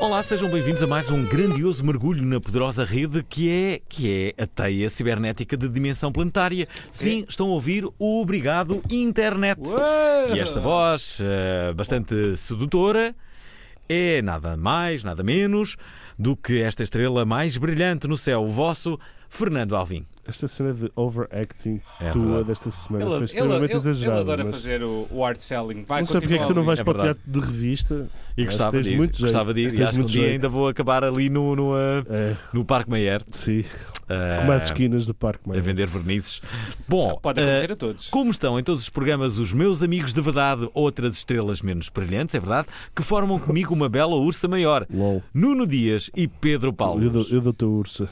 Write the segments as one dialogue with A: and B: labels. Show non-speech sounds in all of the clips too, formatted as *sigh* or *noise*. A: Olá, sejam bem-vindos a mais um grandioso mergulho na poderosa rede que é, que é a teia cibernética de dimensão planetária. Sim, estão a ouvir o Obrigado Internet. E esta voz, eh, bastante sedutora, é nada mais, nada menos do que esta estrela mais brilhante no céu, o vosso Fernando Alvim.
B: Esta cena de overacting
A: É
B: tua
A: verdade.
B: desta semana
C: Ele,
B: foi
C: ele,
B: extremamente
C: ele- ele
B: exagerada.
C: adora
B: mas
C: fazer o, o art selling. Vai,
B: não sei porque é que tu
A: continua
B: não vais
A: ali.
B: para o
A: É verdade.
B: teatro de revista.
A: E
B: Acho
A: gostava
B: que tens
A: de ir,
B: muito
A: gostava de ir,
B: jeito.
A: e
B: Tens
A: acho que um
B: muito
A: dia
B: jeito.
A: ainda vou acabar ali no, no, eh,
B: É,
A: no Parque Mayer.
B: sim.
A: eh,
B: Como as esquinas do parque,
A: a
B: mano.
A: vender vernizes. Bom,
C: Pode
A: eh,
C: acontecer a todos.
A: Como estão em todos os programas os meus amigos de verdade, outras estrelas menos brilhantes, é verdade, que formam comigo uma bela ursa maior,
B: LOL.
A: Nuno Dias e Pedro Paulo.
B: Eu dou- eu dou-te a ursa.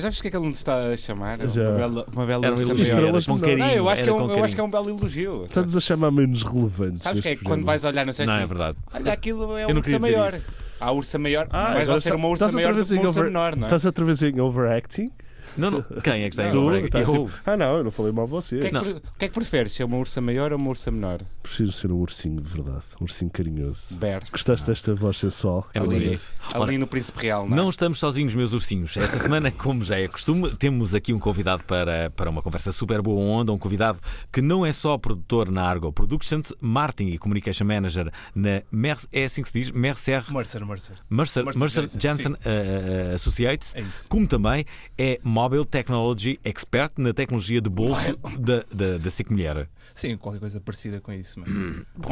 C: Já viste o que é que ele nos está a chamar?
B: Já.
C: Uma bela, uma bela
A: Era um
C: ursa
A: elogio,
C: maior.
A: era
B: Estrelas
A: com
B: não.
A: carinho.
C: Não, eu acho, que
A: era
C: é
A: com
C: um, eu
A: carinho.
C: acho que é um belo elogio.
B: Estás a chamar menos relevantes.
C: Sabes o que é
B: este
C: que quando
B: programa.
C: vais olhar, não sei
A: Não, é
C: assim.
A: verdade.
C: Olha, aquilo é
A: Eu
C: um
A: não queria
C: ursa
A: dizer
C: maior.
A: isso.
C: Há ursa maior,
B: Ah,
C: mas vai
B: agora
C: ser
B: está-
C: uma ursa
B: estás outra
C: maior do
B: vez
C: que uma
B: em
C: ursa
B: over-
C: menor, não é?
B: Estás outra vez em overacting?
A: Não, não. Quem é que está em
B: Tu?
A: Overacting?
B: Estás
A: Eu.
B: tipo, Ah, não, eu não falei mal de você.
C: O que, é que,
A: Não.
C: pre- o que é que preferes, ser uma ursa maior ou uma ursa menor?
B: Prefiro ser um ursinho de verdade, um ursinho carinhoso.
C: Bert.
B: Gostaste
A: Ah.
B: desta voz sensual?
A: É muito
C: Ali.
A: isso. Ora,
C: Ali no Príncipe Real, não é?
A: Não estamos sozinhos, meus ursinhos. Esta semana, como já é costume, temos aqui um convidado para, para uma conversa super boa onda, um convidado que não é só produtor na Argo Productions, marketing e communication manager na Mercer, é assim que se diz, Mercer
D: Mercer, Mercer.
A: Mercer,
D: Mercer
A: Mercer
D: Jansen,
A: Jansen
D: sim.
A: eh, eh, Associates,
D: É isso.
A: como também é Mobile Technology Expert na tecnologia de bolso da, da, da SIC Mulher.
D: Sim, qualquer coisa parecida com isso. Mas...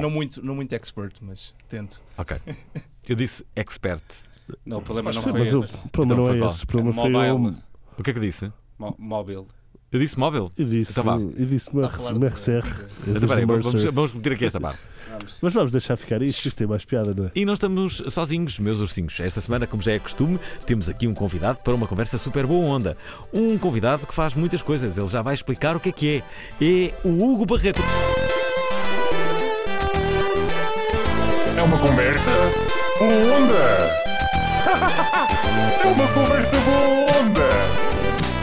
D: não, muito, não muito expert, mas tento.
A: Ok. Eu disse expert.
C: Não, o problema não
D: Faz
C: foi
B: Mas o
C: esse.
B: problema
A: Então
B: não
A: foi
B: é
A: qual?
B: esse. O problema foi
C: Mobile.
B: o.
A: O que é que eu disse?
C: Mo- Móvel.
A: Eu disse móvel?
B: Eu disse,
A: Então vá.
B: eu disse
D: Está a falar de-
B: Mercer. Eu
A: Então,
B: disse
A: peraí, vamos,
B: Mercer.
A: vamos meter aqui esta parte.
C: Vamos.
B: Mas vamos deixar ficar isto, isto tem mais piada, não é?
A: E não estamos sozinhos, meus ursinhos. Esta semana, como já é costume, temos aqui um convidado para uma conversa super boa onda. Um convidado que faz muitas coisas. Ele já vai explicar o que é que é. É o Hugo Barreto.
E: É uma conversa boa onda. *laughs* É uma conversa boa onda.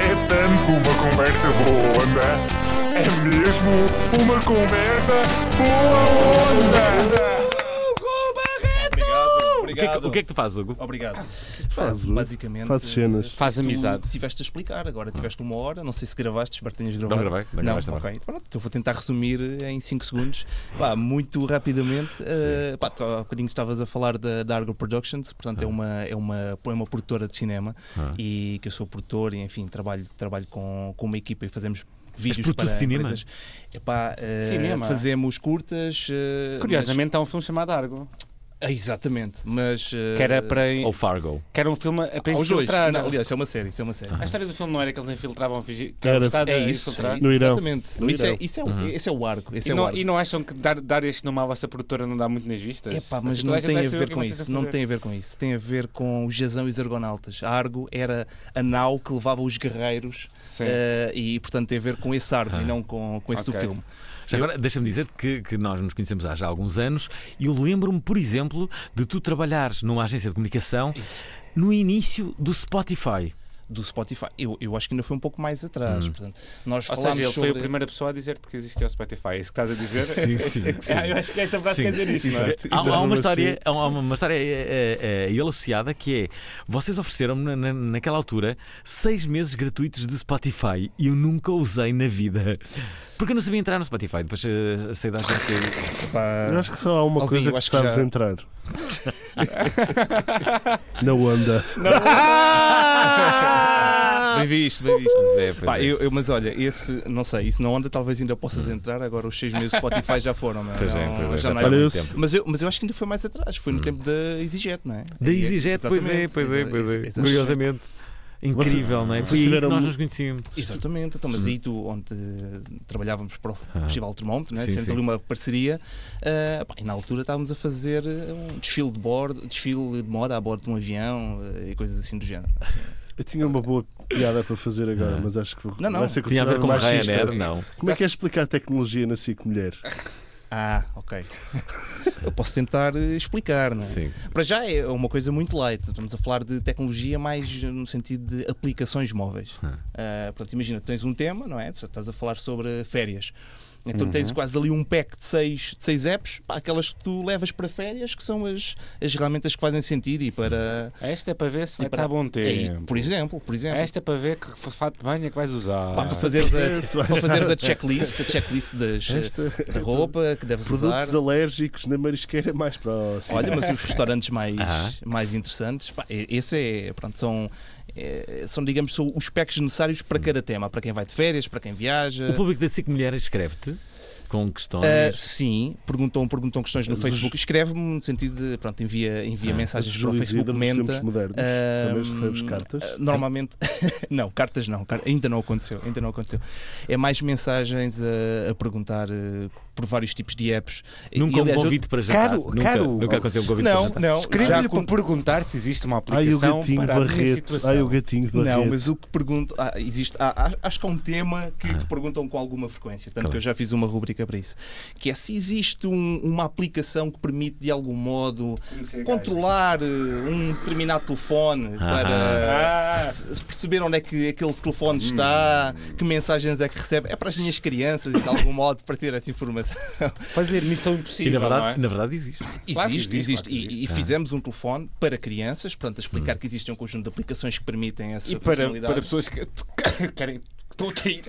E: É tanto uma conversa boa onda. É mesmo uma conversa boa onda.
D: Obrigado,
A: O que, é que,
D: obrigado.
A: o que é que tu fazes, Hugo?
D: Obrigado.
B: Faz o-
D: Basicamente.
B: faz cenas.
D: eh,
C: Faz
D: tu
C: amizade.
D: Tiveste a explicar, agora tiveste uma hora. Não sei se gravaste, espero que tenhas gravado.
A: Não gravei, não gravaste agora.
D: ok. Pronto, então vou tentar resumir em 5 segundos. Pá, muito rapidamente. eh, pá, tu há bocadinho estavas a falar da, da Argo Productions, portanto é, uma, é, uma, é uma produtora de cinema
C: Ah.
D: e que eu sou produtor e enfim, trabalho, trabalho com, com uma equipa e fazemos. Vídeos
A: produtor
D: para
A: de cinema?
D: empresas. Epá, eh,
C: Cinema?
D: Fazemos curtas. eh,
C: Curiosamente, há um filme chamado Argo,
D: mas- ah, exatamente. Mas. eh,
C: que era para. em-
A: Ou Fargo?
C: Que era um filme a- para
D: aos dois.
C: infiltrar.
D: Não, aliás, é uma série. Isso é uma série.
C: A
A: Ah.
C: história do filme não era que eles infiltravam fingir, que
B: Era-
C: era, o Estado
D: É
C: a
D: isso,
C: infiltrar.
B: No
D: é isso,
B: Irão.
D: exatamente.
B: No
D: isso é,
B: Irão.
D: isso é o, esse é o arco. Esse
C: E
D: é o
C: não,
D: arco.
C: e não acham que dar, dar este nome à vossa produtora não dá muito nas vistas?
D: Epá,
C: Assim,
D: mas
C: toda
D: não
C: gente
D: tem
C: vai
D: a
C: saber o
D: ver
C: que
D: com
C: vocês
D: isso.
C: vão
D: Não
C: fazer.
D: tem a ver com isso. Tem a ver com o Jazão e os Argonautas. A Argo era a nau que levava os guerreiros
C: Sim.
D: eh, e, portanto, tem a ver com esse
A: Ah.
D: arco e não com, com esse do
C: Ok.
D: filme.
A: Já agora, deixa-me dizer que, que nós nos conhecemos há já alguns anos e eu lembro-me, por exemplo, de tu trabalhares numa agência de comunicação no início do Spotify.
D: Do Spotify. Eu, eu acho que ainda foi um pouco mais
A: Hum.
D: atrás. Portanto, nós
C: Ou
D: falámos
C: seja, ele
D: sobre...
C: foi a primeira pessoa a dizer-te que existia o Spotify. É isso que estás a dizer?
D: *laughs*
A: Sim,
C: *laughs*
A: sim, sim.
C: É, eu acho que esta frase
A: Sim.
C: quer dizer isto, não é?
A: Há, há uma
B: Exatamente.
A: história, há uma uma história eh, eh, eh, a ele associada que é: vocês ofereceram-me na- na- naquela altura seis meses gratuitos de Spotify e eu nunca usei na vida. Porque eu não sabia entrar no Spotify, depois eh, saí da agência. e-
D: Epá,
B: Eu acho que só há uma
D: Alvin,
B: coisa
D: É. eu
B: que
D: acho que já-
B: sabes
D: *laughs*
B: entrar. Na onda.
D: Bem visto, bem visto.
A: é, pois
D: Pá,
A: é. Hum.
D: eu- eu- mas olha, esse, não sei, isso na onda talvez ainda possas entrar, agora os seis meses de Spotify já foram, não é?
A: Pois é,
D: Não,
A: pois é,
D: já
A: já
D: não
A: foi há
B: Olha,
A: muito
B: eu-
A: tempo.
D: Mas eu, mas eu acho que ainda foi mais atrás, foi no tempo da EasyJet, não é?
A: Hum. Da
D: E-
A: EasyJet, pois é,
D: exatamente,
A: pois é,
D: exa-
A: pois é.
D: exa- exa-
A: Curiosamente. Incrível, não é?
B: vocês
A: Foi aí que
B: tiveram
A: nós
B: mu-
A: nos conhecíamos.
D: Exatamente, então,
A: Hum.
D: mas aí tu, onde trabalhávamos para o Festival Termómetro, né?
A: Ah. Sim,
D: fizemos
A: sim.
D: ali uma parceria ah, pá, e na altura estávamos a fazer um desfile de bordo, desfile de moda a bordo de um avião ah, e coisas assim do género.
B: Eu tinha uma boa piada para fazer agora, mas acho que vou-
D: Não, não.
B: vai ser
A: Tinha a ver
B: considerado
A: com
B: machista.
A: Ryanair? Não.
B: Como é que é explicar tecnologia na SIC Mulher?
D: Ah, ok. *laughs* Eu posso tentar eh, explicar, não é?
A: Sim.
D: Para já é uma coisa muito light. Estamos a falar de tecnologia mais no sentido de aplicações móveis.
B: Hum.
D: Ah, portanto, imagina, tens um tema, não é? Portanto, Estás a falar sobre férias.
B: Uhum.
D: Então tens quase ali um pack de seis, de seis apps, pá, aquelas que tu levas para férias, que são as, as ferramentas que fazem sentido e para.
C: Esta é para ver se vai
D: e para-
C: estar bom
D: e,
C: tempo.
D: por exemplo, por exemplo.
C: Esta é para ver que fato de banho é que vais usar.
D: Pá, para fazeres a, para fazeres a checklist, a checklist das, eh,
B: Esta- *laughs*
D: da roupa que deves usar. é?
B: Produtos alérgicos na marisqueira mais próxima.
A: *laughs*
D: Olha, mas os restaurantes mais,
A: Aham.
D: mais interessantes, pá, e- esse é, pronto, são, é, são, digamos, são os packs necessários para cada tema, para quem vai de férias, para quem viaja.
A: Hum. O é público da SIC Mulheres escreve-te com questões.
D: Ah, sim, perguntam, perguntam questões no Facebook, escreve-me no sentido de, pronto, envia, envia
A: Ah,
D: mensagens para o Facebook, comenta.
B: modernos.
D: Ah,
B: Também recebemos cartas.
D: ah, Normalmente, *laughs* não, cartas não, car- ainda não aconteceu, ainda não aconteceu. É mais mensagens a, a perguntar eh, por vários tipos de apps. E,
A: Nunca um
D: aliás, eu-
A: convite para jantar.
C: Caro,
A: nunca,
C: caro.
A: nunca aconteceu um convite para
D: Não,
A: jantar.
D: não, já
C: Escreve-lhe
D: acon-
C: para Então, perguntar se existe uma
B: Ai, o
C: aplicação
B: gatinho
C: para a minha
B: barreto.
C: situação.
B: Ai, o gatinho barreto.
D: Não, mas o que pergunto. ah, existe, ah, ah, acho que há um tema que,
C: Ah.
D: que perguntam com alguma frequência, tanto que eu já fiz uma rúbrica para isso. Que é se existe um- uma aplicação que permite, de algum modo,
C: Conhecer
D: controlar eh, um determinado
C: Ah,
D: telefone para perce- perceber onde é que aquele telefone
C: Hum.
D: está, que mensagens é que recebe. É para as minhas crianças e, de algum modo, para ter essa informação.
C: Fazer missão
A: E
C: impossível.
A: na verdade,
C: não é?
A: na verdade existe.
C: *laughs* Claro que
D: Existe,
C: existe,
D: existe.
C: claro que
D: E, e fizemos um telefone para crianças, portanto, a explicar que existem um conjunto de aplicações que permitem essa
C: E para,
D: funcionalidade.
C: para pessoas que que querem. que Estão a cair.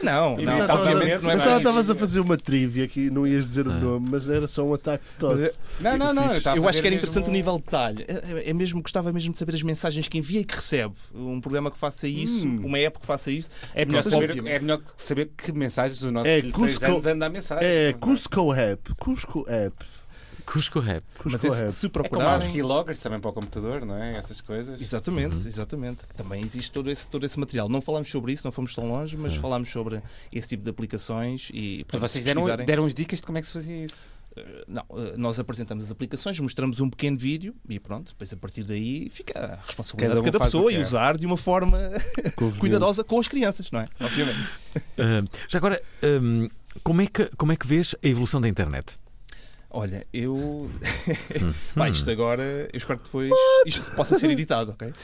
D: Não,
C: E não,
D: não,
B: Pensava-
C: obviamente não é
B: Pensava
C: nada
B: que estavas
C: disso.
B: a fazer uma trivia que não ias dizer o nome, mas era só um ataque de tosse.
C: *laughs* Não, não, não. estava a
D: Eu acho
C: fazer
D: que era interessante
C: mesmo- um-
D: o nível de detalhe. É- É, é mesmo, gostava mesmo de saber as mensagens que envia e que recebe. Um programa que faça isso, uma app que faça isso.
C: Hum. É melhor,
D: Não,
C: saber,
D: obviamente.
C: é melhor saber que mensagens o nosso
B: É,
C: é, filho de seis
B: Cusco-
C: anos anda a mensagem.
B: É Cusco App. Cusco App.
A: Cusco Rap.
B: Cusco
D: Mas esse,
B: App.
D: se
C: É como há os
D: procurarem.
C: keyloggers também para o computador, não é? Essas coisas.
D: Exatamente,
C: Uhum.
D: exatamente. Também existe todo esse, todo esse material. Não falámos sobre isso, não fomos tão longe, mas falámos sobre esse tipo de aplicações e
C: Mas
D: portanto, se
C: É. Vocês deram,
D: pesquisarem-
C: deram as dicas de como é que se fazia isso.
D: Não, eh, nós apresentamos as aplicações, mostramos um pequeno vídeo e pronto, depois a partir daí fica a responsabilidade
C: Cada um
D: de cada
C: faz o
D: pessoa
C: que
D: e
C: quer.
D: usar de uma forma cuidadosa com as crianças, não é?
C: Obviamente.
A: Ah, já agora, hum, como, é que, como é que vês a evolução da internet?
D: Olha,
B: *laughs*
D: eu. Pá, isto agora. Eu espero que depois isto possa ser editado, ok?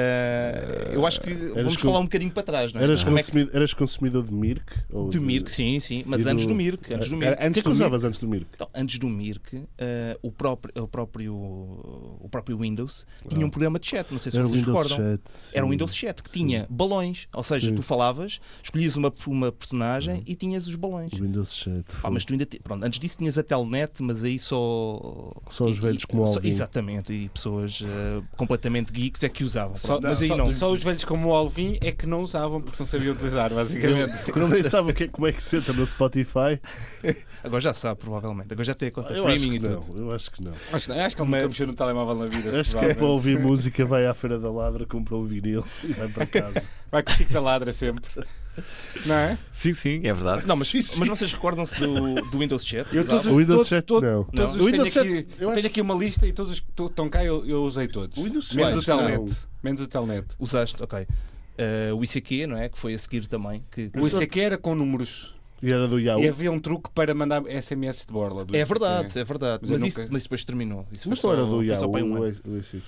D: Eh, eu acho que vamos
B: com-
D: falar um bocadinho para trás, não é?
B: Eras,
D: Como é que.
B: consumidor, eras consumidor de Mirk? Ou
D: Do Mirk, sim, sim.
B: e
D: Mas
B: do-
D: antes do Mirk. Antes do
B: Ah,
D: Mirk.
B: O que é que usavas antes do Mirk?
D: Então, antes do Mirk, eh, o, próprio, o, próprio, o próprio Windows tinha um programa de chat, não sei se
B: Era o
D: vocês
B: Windows
D: recordam.
B: 7.
D: Era um Windows 7 que tinha balões, ou seja,
B: Sim. Uhum.
D: tu falavas, escolhias uma, uma personagem e tinhas os balões.
B: O Windows 7.
D: Pá, Ah, mas tu ainda te- pronto, antes disso tinhas a telnet, mas aí só.
B: Só os
D: e-
B: velhos como
D: só-
B: Alvin.
D: Exatamente, e pessoas eh, completamente geeks é que usavam.
C: Só,
D: pronto, mas aí
C: só-
D: não.
C: só os velhos como o Alvin é que não usavam porque não sabiam utilizar, basicamente.
B: Eu não nem sabe o que é- como é que senta no Spotify.
D: Agora já sabe, provavelmente. Agora já tem a conta
C: Ah,
B: Eu acho
D: premium
B: que
D: e
B: não.
D: tudo.
B: Eu acho que não.
C: Acho, acho que ele nunca mexeu no telemóvel na vida.
B: Acho que é
C: provavelmente.
B: para ouvir música vai à Feira da Ladra, compra um vinil e vai para casa.
C: Vai com o Chico da Ladra sempre. Não é?
A: Sim, sim, é verdade.
C: *laughs*
D: Não, mas, mas vocês recordam-se do, do Windows 7?
C: Eu todos,
B: O Windows
C: todos-
B: 7
C: todos-
B: não.
C: todos
B: Não.
C: os
B: O
C: tenho,
B: Windows 7,
C: aqui,
B: eu
C: tenho
B: acho-
C: aqui uma lista e todos os que estão cá eu, eu usei todos.
B: O Windows
C: Menos o
B: 7 não.
C: Telnet. Menos o Telnet.
D: Usaste, ok. Eh, o ICQ, não é? Que foi a seguir também. Que, que-
C: O ICQ era com números.
B: E era do Yahoo.
C: E havia um truque para mandar SMS de borla. do
D: É
C: ICQ.
D: verdade, é verdade.
C: Mas
D: Mas,
C: eu
D: isso,
C: nunca-
D: mas depois terminou. Isso
B: Mas
D: foi
B: não era
D: só-
B: do
D: foi só
B: Yahoo.
D: para aí um
C: é
D: ano.
B: o- o ICQ.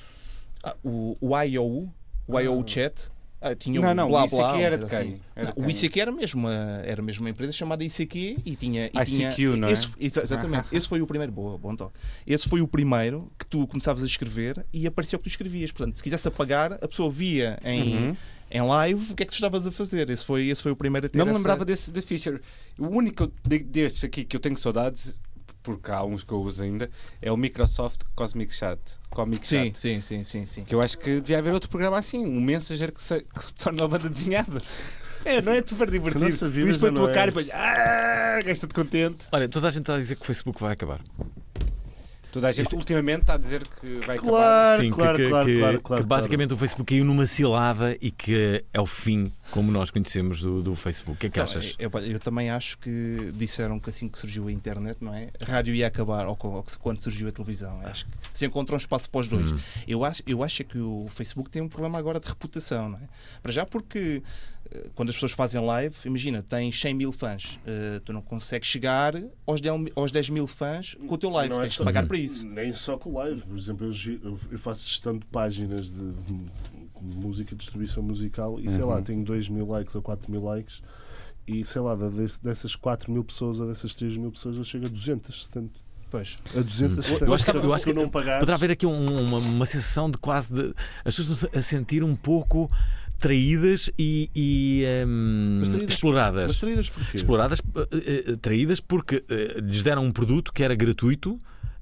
D: Ah, o, o IOU, o IOU Chat. Ah, tinha
C: Não,
D: um
C: não, o
D: blá,
C: ICQ
D: blá, uma
C: era de
D: coisa
C: quem?
D: assim.
C: Era
D: Não,
C: de
D: O
C: quem?
D: ICQ era mesmo uma, era mesmo uma empresa chamada ICQ e tinha. E tinha-
C: ICQ, não é?
D: esse- exa- exatamente. Esse foi o primeiro. Boa, bom toque. Esse foi o primeiro que tu começavas a escrever e apareceu o que tu escrevias. Portanto, se quisesse apagar, a pessoa via em,
C: Uhum.
D: em live o que é que tu estavas a fazer. Esse foi, esse foi o primeiro a ter
C: Não me
D: essa-
C: lembrava desse da Fisher. O único de- destes aqui que eu tenho saudades, porque há uns que eu uso ainda, é o Microsoft Cosmic Chat. Comic
D: Sim,
C: Chat.
D: sim, sim, sim, sim.
C: Que eu acho que devia haver outro programa assim, um mensageiro que se, que se torna a banda desenhada. É, não é super divertido.
B: nossa vida
C: Diz
B: já
C: para a
B: não
C: tua
B: é.
C: cara e depois, ah, gasta-te contente.
A: Olha, toda a gente está a dizer que o Facebook vai acabar.
C: Toda a gente
A: Isto-
C: ultimamente está a dizer que vai acabar.
B: Claro,
A: Sim, que-
B: claro,
A: que,
B: claro,
A: que-
B: claro,
A: que
B: claro,
A: basicamente o Facebook caiu numa cilada e que é o fim, como nós conhecemos, do, do Facebook. O que é que
B: Então,
D: Tá,
A: achas?
D: Eu, eu também acho que disseram que assim que surgiu a internet, não é? A rádio ia acabar, ou, co- ou que quando surgiu a televisão. Acho que se encontra um espaço para os
A: Hum.
D: dois. Eu, acho, eu acho é que o Facebook tem um problema agora de reputação, não é? Para já porque eh, quando as pessoas fazem live, imagina, tens 100 mil fãs, eh, tu não consegues chegar aos 10, mil- aos 10 mil fãs com o teu live,
B: Não é
D: tens
B: só-
D: de pagar para isso.
B: Nem só com live. Por exemplo, eu, gi- eu- eu faço gestão de páginas de m- música, distribuição musical e sei lá, tenho 2 mil likes ou 4 mil likes e sei lá, da- des- dessas 4 mil pessoas ou dessas 3 mil pessoas eu chego a 200, portanto.
A: Uhum.
D: Pois.
B: A 200,
A: Eu- eu
B: portanto,
A: acho que- eu
B: se
A: acho que
B: é, então, não pagares,
A: Poderá haver aqui um- uma, uma sensação de quase de. As pessoas a sentir um pouco traídas e, e, hum,
B: Mas traídas-
A: exploradas.
B: Mas traídas porquê?
A: Exploradas, eh, eh, traídas, porque eh, lhes deram um produto que era gratuito,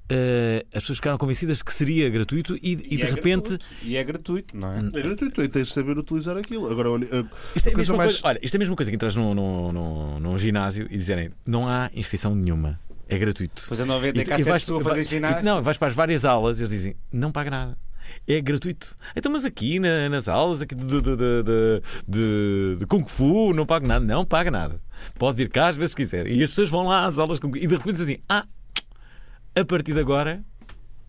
A: eh, as pessoas ficaram convencidas que seria gratuito e, e de
C: é
A: repente. Hum.
C: gratuito. E é gratuito, não é?
B: É gratuito, e tens de saber utilizar aquilo. Agora, a-
A: Isto é, a
B: a coisa
A: mesma
B: mais-
A: coisa, olha, isto é a mesma coisa que entras num, num, num- num ginásio e dizerem não há inscrição nenhuma, é gratuito.
C: Fazendo a venda
A: tu-
C: cá tu a fazer
A: vai-
C: ginásio.
A: e- não, vais para as várias aulas e eles dizem não paga nada. É gratuito. Então, mas aqui na- nas aulas aqui de, de, de, de- de- de Kung Fu não pago nada. Não paga nada. Pode ir cá às vezes quiser. E as pessoas vão lá às aulas de Kung Fu. E de repente dizem assim: ah, a partir de agora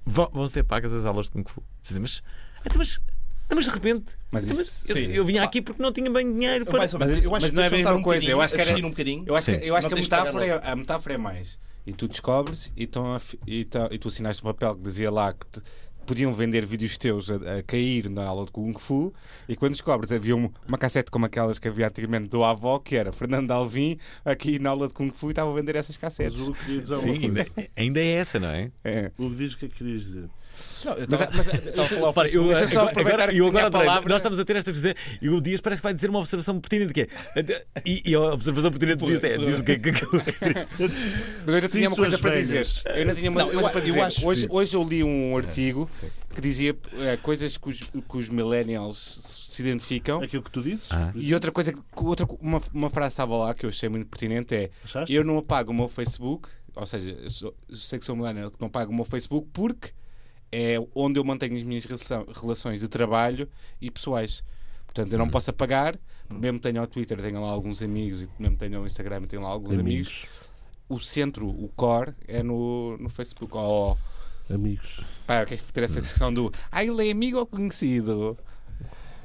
A: vão, vão ser pagas as aulas de Kung Fu. Dizem, mas, então, mas, então, mas de repente.
C: Mas
A: então,
C: isso-
A: eu,
C: sim. Ah.
A: eu vim aqui porque não tinha bem dinheiro para.
D: Mais ou menos.
C: Mas-
D: eu acho
C: mas
D: que
C: não é
D: deixa
C: a
D: eu estar
C: mesma
D: um
C: coisa,
D: bocadinho,
C: eu acho que era-
D: assistir um bocadinho.
C: Eu acho
A: Sim.
C: que, eu acho
D: Não
C: que a,
D: tens de pagar
C: metáfora é, a metáfora é mais. E tu descobres e, tão a fi- e, tão- e tu assinaste um papel que dizia lá que te- podiam vender vídeos teus a, a cair na aula de Kung Fu. E quando descobres, havia um- uma cassete como aquelas que havia antigamente do avó, que era Fernando Alvim, aqui na aula de Kung Fu, e estava a vender essas
B: Mas
C: cassetes.
B: o que queria dizer é uma
A: Sim,
B: coisa.
A: ainda, ainda é essa, não é?
C: É.
B: O que diz o que é que querias dizer?
D: Não, eu
C: Mas,
D: tava-
C: mas,
D: tava a falar ao
A: Repara, eu,
C: Deixa eu só
A: agora,
C: aproveitar
A: agora- eu
C: que tinha
A: agora
C: a
A: adorei.
C: palavra.
A: Nós estamos a ter esta discussão e o Dias parece que vai dizer uma observação pertinente que é. E, e a observação pertinente do Dias é. Diz o que, que, que-
C: *laughs* Mas eu ainda
B: Sim,
C: tinha uma
B: suas
C: coisa para dizer.
B: velhas.
C: Eu ainda tinha uma
D: Não, eu
C: coisa
D: a-
C: para
D: eu
C: dizer.
D: acho-
C: hoje,
D: sim. É,
C: hoje eu li um artigo
A: sim.
C: que dizia eh, coisas que os, que os millennials se identificam.
B: É Aquilo que tu dizes?
A: Ah.
C: E outra coisa, que- outra, uma, uma frase estava lá que eu achei muito pertinente é
B: Achaste?
C: eu não apago o meu Facebook, ou seja, eu sou- eu sei que sou millennial que não apago o meu Facebook porque é onde eu mantenho as minhas relação- relações de trabalho e pessoais. Portanto, eu
D: Uhum.
C: não posso apagar, mesmo que tenha o Twitter, tenho lá alguns amigos, e mesmo que tenha o Instagram, tenho lá alguns amigos.
B: Amigos.
C: O centro, o core, é no, no Facebook. Oh,
B: Amigos.
C: pá, que é que ter essa discussão do ah, ele é amigo ou conhecido?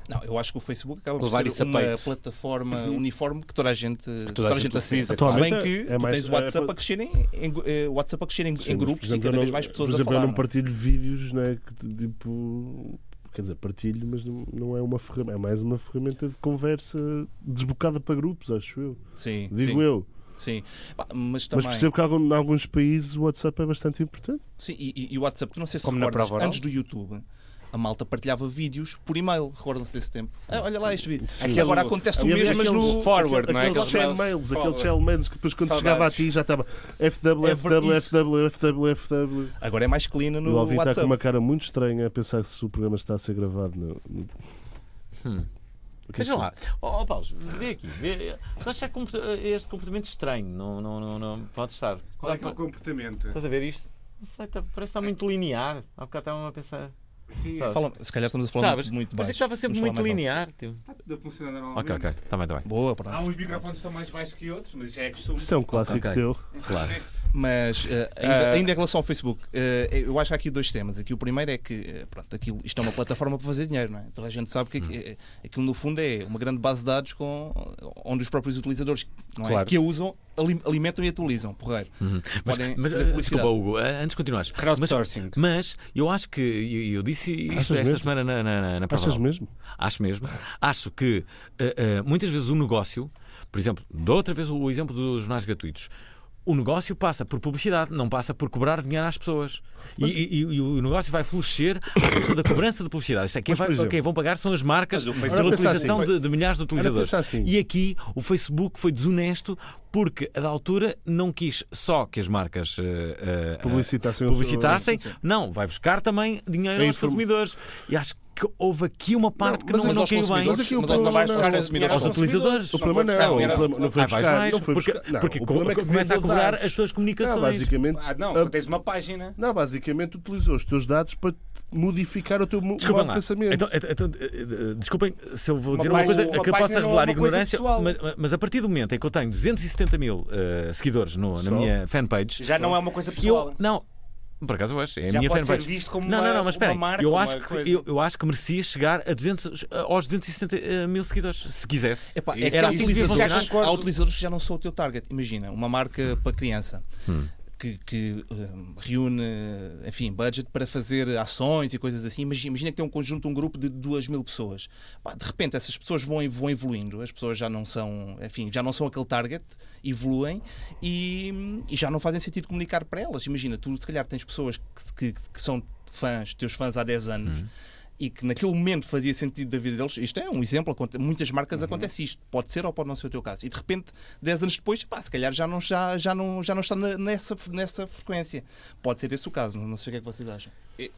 D: Não, eu acho que o Facebook acaba por
C: Levar
D: ser
C: isso a
D: uma
C: peito.
D: utiliforme uniforme que toda a gente, toda
C: toda a
D: a
C: gente
D: gente
C: utiliza.
D: acessa. Se bem
B: Uhum. Atualmente
D: que
B: é
D: tu
B: mais-
D: tens o WhatsApp
B: é-
D: a crescer em, em, eh, WhatsApp a crescer em, em
B: Sim, mas, por
D: grupos e
B: exemplo,
D: cada
B: eu
D: vez
B: não-
D: mais pessoas
B: Por exemplo,
D: a
B: eu
D: falar.
B: não
D: não é?
B: partilho vídeos, né? Que tipo. Quer dizer, partilho, mas não, não é uma ferramenta. É mais uma ferramenta de conversa desbocada para grupos, acho eu.
D: Sim,
B: Digo
D: sim,
B: eu.
D: sim. Pá, Mas
B: Mas
D: também,
B: percebo que algum- em alguns países o WhatsApp é bastante importante.
D: sim, e, e- e o WhatsApp, tu não sei se
C: Como na
D: recordas,
C: prova oral?
D: antes do YouTube, a malta partilhava vídeos por e-mail, recordam-se desse tempo. Ah, olha lá este vídeo.
C: Sim.
D: Aqui agora acontece o
B: E havia
D: mesmo, mas
B: aqueles
D: no...
C: forward, não é?
B: Aqueles
C: Aqueles
B: shellmails, aqueles
C: forward.
B: shellmails que depois quando
C: Saudades.
B: chegava a ti já estava FW,
D: É por
B: FW,
D: isso.
B: FW, FW, FW.
D: Agora é mais clean
B: Eu
D: no
B: ouvi estar
D: WhatsApp.
B: com uma cara muito estranha a pensar se o programa está a ser gravado. No, no-
A: Veja lá. Ó oh, Paulo, vê aqui. Vê, tu achas comporta- é este comportamento estranho? Não, não, não, não pode estar. Sabe,
C: comportamento?
A: Estás a ver isto? Não sei, tá- parece que está muito linear. Há bocado estava a pensar. Sabe?
D: Fala- se calhar estamos a falar
A: Sabes?
D: muito
A: Mas
D: baixo.
A: é que estava sempre
D: Vamos
A: muito
D: falar mais
A: linear. tipo. Ok, ok. Está bem, está bem.
D: alto. Boa, pronto.
C: Há um uns microfones que são mais baixos que outros, mas isso é costume.
B: Isso é um clássico
A: Ok.
B: teu.
D: Tá
A: Claro.
D: Mas eh, ainda,
C: Ah.
D: ainda em relação ao Facebook, eh, eu acho que há aqui dois temas. Aqui o primeiro é que eh, pronto, aquilo, isto é uma plataforma para fazer dinheiro, não é? Toda a gente sabe que
A: Hum.
D: eh, aquilo no fundo é uma grande base de dados com, onde os próprios utilizadores não é?
C: Claro.
D: que a usam alim- alimentam e atualizam, porreiro.
A: Uhum. Mas,
D: Podem
A: mas,
D: fazer
A: eh,
D: publicidade.
A: desculpa, Hugo, eh, antes de continuares. Mas,
C: Crowdsourcing.
A: mas eu acho que, e eu, disse isto
B: Achas
A: esta
B: mesmo?
A: semana na, na, na, na prova
B: Achas
A: oral.
B: mesmo?
D: É.
A: Acho mesmo. Acho que eh, eh, muitas vezes o negócio, por exemplo, dou outra vez o exemplo dos jornais gratuitos. O negócio passa por publicidade, não passa por cobrar dinheiro às pessoas. E- E, e o negócio vai florescer à custa da cobrança de publicidade. Isto é, quem,
B: Mas, por
A: vai-
B: exemplo-
A: quem vão pagar são as marcas pela
B: Facebook- assim,
A: utilização
B: Era
A: de, de milhares de utilizadores.
B: pensar assim.
A: E aqui o Facebook foi desonesto porque, a da altura, não quis só que as marcas eh, eh,
B: Publicitassem o seu-
A: publicitassem, não, vai buscar também dinheiro
B: A
A: aos
B: inform-
A: consumidores. E acho que houve aqui uma parte que
C: é
D: mas
A: não,
D: aos
A: não caiu bem.
D: consumidores,
B: Mas aqui o
D: mas aos- não vai
B: problema
D: ficar
B: não-
D: aos consumidores.
A: Aos utilizadores.
B: O problema
C: Não,
B: não, é, o
C: era-
B: problema- não foi
A: Ah, vais
B: buscar.
A: mais,
B: não foi
A: porque,
B: buscar- não,
A: porque
B: o problema é que
A: começa a
B: vendeu
A: cobrar
B: dados.
A: as tuas
B: Não,
A: comunicações.
B: basicamente.
C: Ah, não,
B: a-
C: tu tens uma página.
B: Não, basicamente utilizou os teus dados para te modificar o teu mo-
A: Desculpem
B: modo de
A: lá.
B: pensamento.
A: Então, então, então, eh, eh, desculpem se eu vou dizer uma,
C: página-
A: coisa
C: uma
A: que
C: página
A: possa
C: não é
A: revelar
C: uma coisa
A: ignorância,
C: pessoal.
A: mas, mas a partir do momento em que eu tenho 270 mil eh, seguidores no- na
B: Só?
A: minha fanpage,
C: Já não é uma coisa
A: que
C: pessoal.
A: eu. Não, por acaso eu acho, é a
C: Já
A: minha
C: pode ser
A: fanpage.
C: visto como
A: não,
C: uma-
A: não, não, mas
C: uma
A: espera aí,
C: marca,
A: eu,
C: uma
A: acho que-
C: coisa.
A: eu, eu acho que merecia chegar a 200, aos 270 eh, mil seguidores, se quisesse.
D: Epá,
C: Isso
D: é que
A: era
D: há
A: assim que
D: utilizadores-
A: devia funcionar.
D: há utilizadores que já não são o teu target. Imagina, uma marca para criança. Que, que, hum, reúne enfim, budget para fazer ações e coisas assim. Imagina, imagina que tem um conjunto, um grupo de duas mil pessoas. Pá, de repente essas pessoas vão, vão evoluindo, as pessoas já não são, enfim, já não são aquele target, evoluem e, e já não fazem sentido comunicar para elas. Imagina, tu se calhar tens pessoas que, que- que são fãs, teus fãs há 10 anos e que naquele momento fazia sentido da vida deles, isto é um exemplo, aconte- muitas marcas acontece isto, pode ser ou pode não ser o teu caso. E de repente, 10 anos depois, pá, se calhar já não, já, já não, já não está na- nessa, nessa frequência. Pode ser esse o caso, não sei o que é que vocês acham.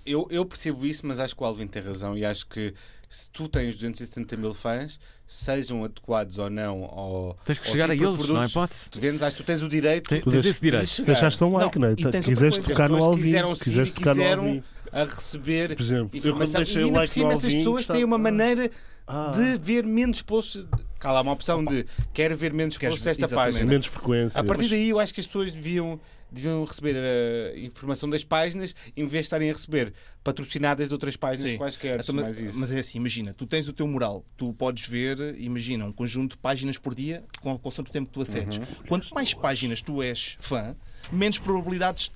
C: Eu, eu percebo isso, mas acho que o Alvin tem razão e acho que se tu tens 270 mil fãs, sejam adequados ou não ao,
A: Tens que
C: ao
A: chegar
C: tipo
A: a
C: de
A: eles,
C: produtos
A: não é hipótese?
C: que tu vendes, acho que tu tens o direito.
A: Tens,
C: de
A: tens
B: deixas-
A: esse direito.
C: chegar.
B: Deixaste um like,
D: Não,
B: não é?
D: e tens outra
B: Quiseste
D: coisa,
B: tocar
C: as
B: no
C: pessoas
B: Alvin.
C: quiseram seguir e
B: Quiseste tocar no
C: quiseram
B: Alvin.
C: a receber
B: Por exemplo, eu quando
C: informação. E
B: deixei
C: ainda por
B: um like
C: cima
B: no
C: essas
B: Alvin,
C: pessoas têm uma
B: estava-
C: maneira
B: Ah.
C: de ver menos posts. Cá lá uma opção de quero ver menos
D: Queres
C: posts desta
D: exatamente.
C: página.
B: Menos frequência.
C: A partir daí eu acho que as pessoas deviam, deviam receber a informação das páginas em vez de estarem a receber patrocinadas de outras páginas
D: Sim.
C: quaisquer.
D: Então,
C: mais
D: mas,
C: isso.
D: mas é assim, imagina, tu tens o teu mural, tu podes ver, imagina, um conjunto de páginas por dia, com consoante o tempo que tu acedes.
C: Uhum.
D: Quanto mais páginas tu és fã, menos probabilidades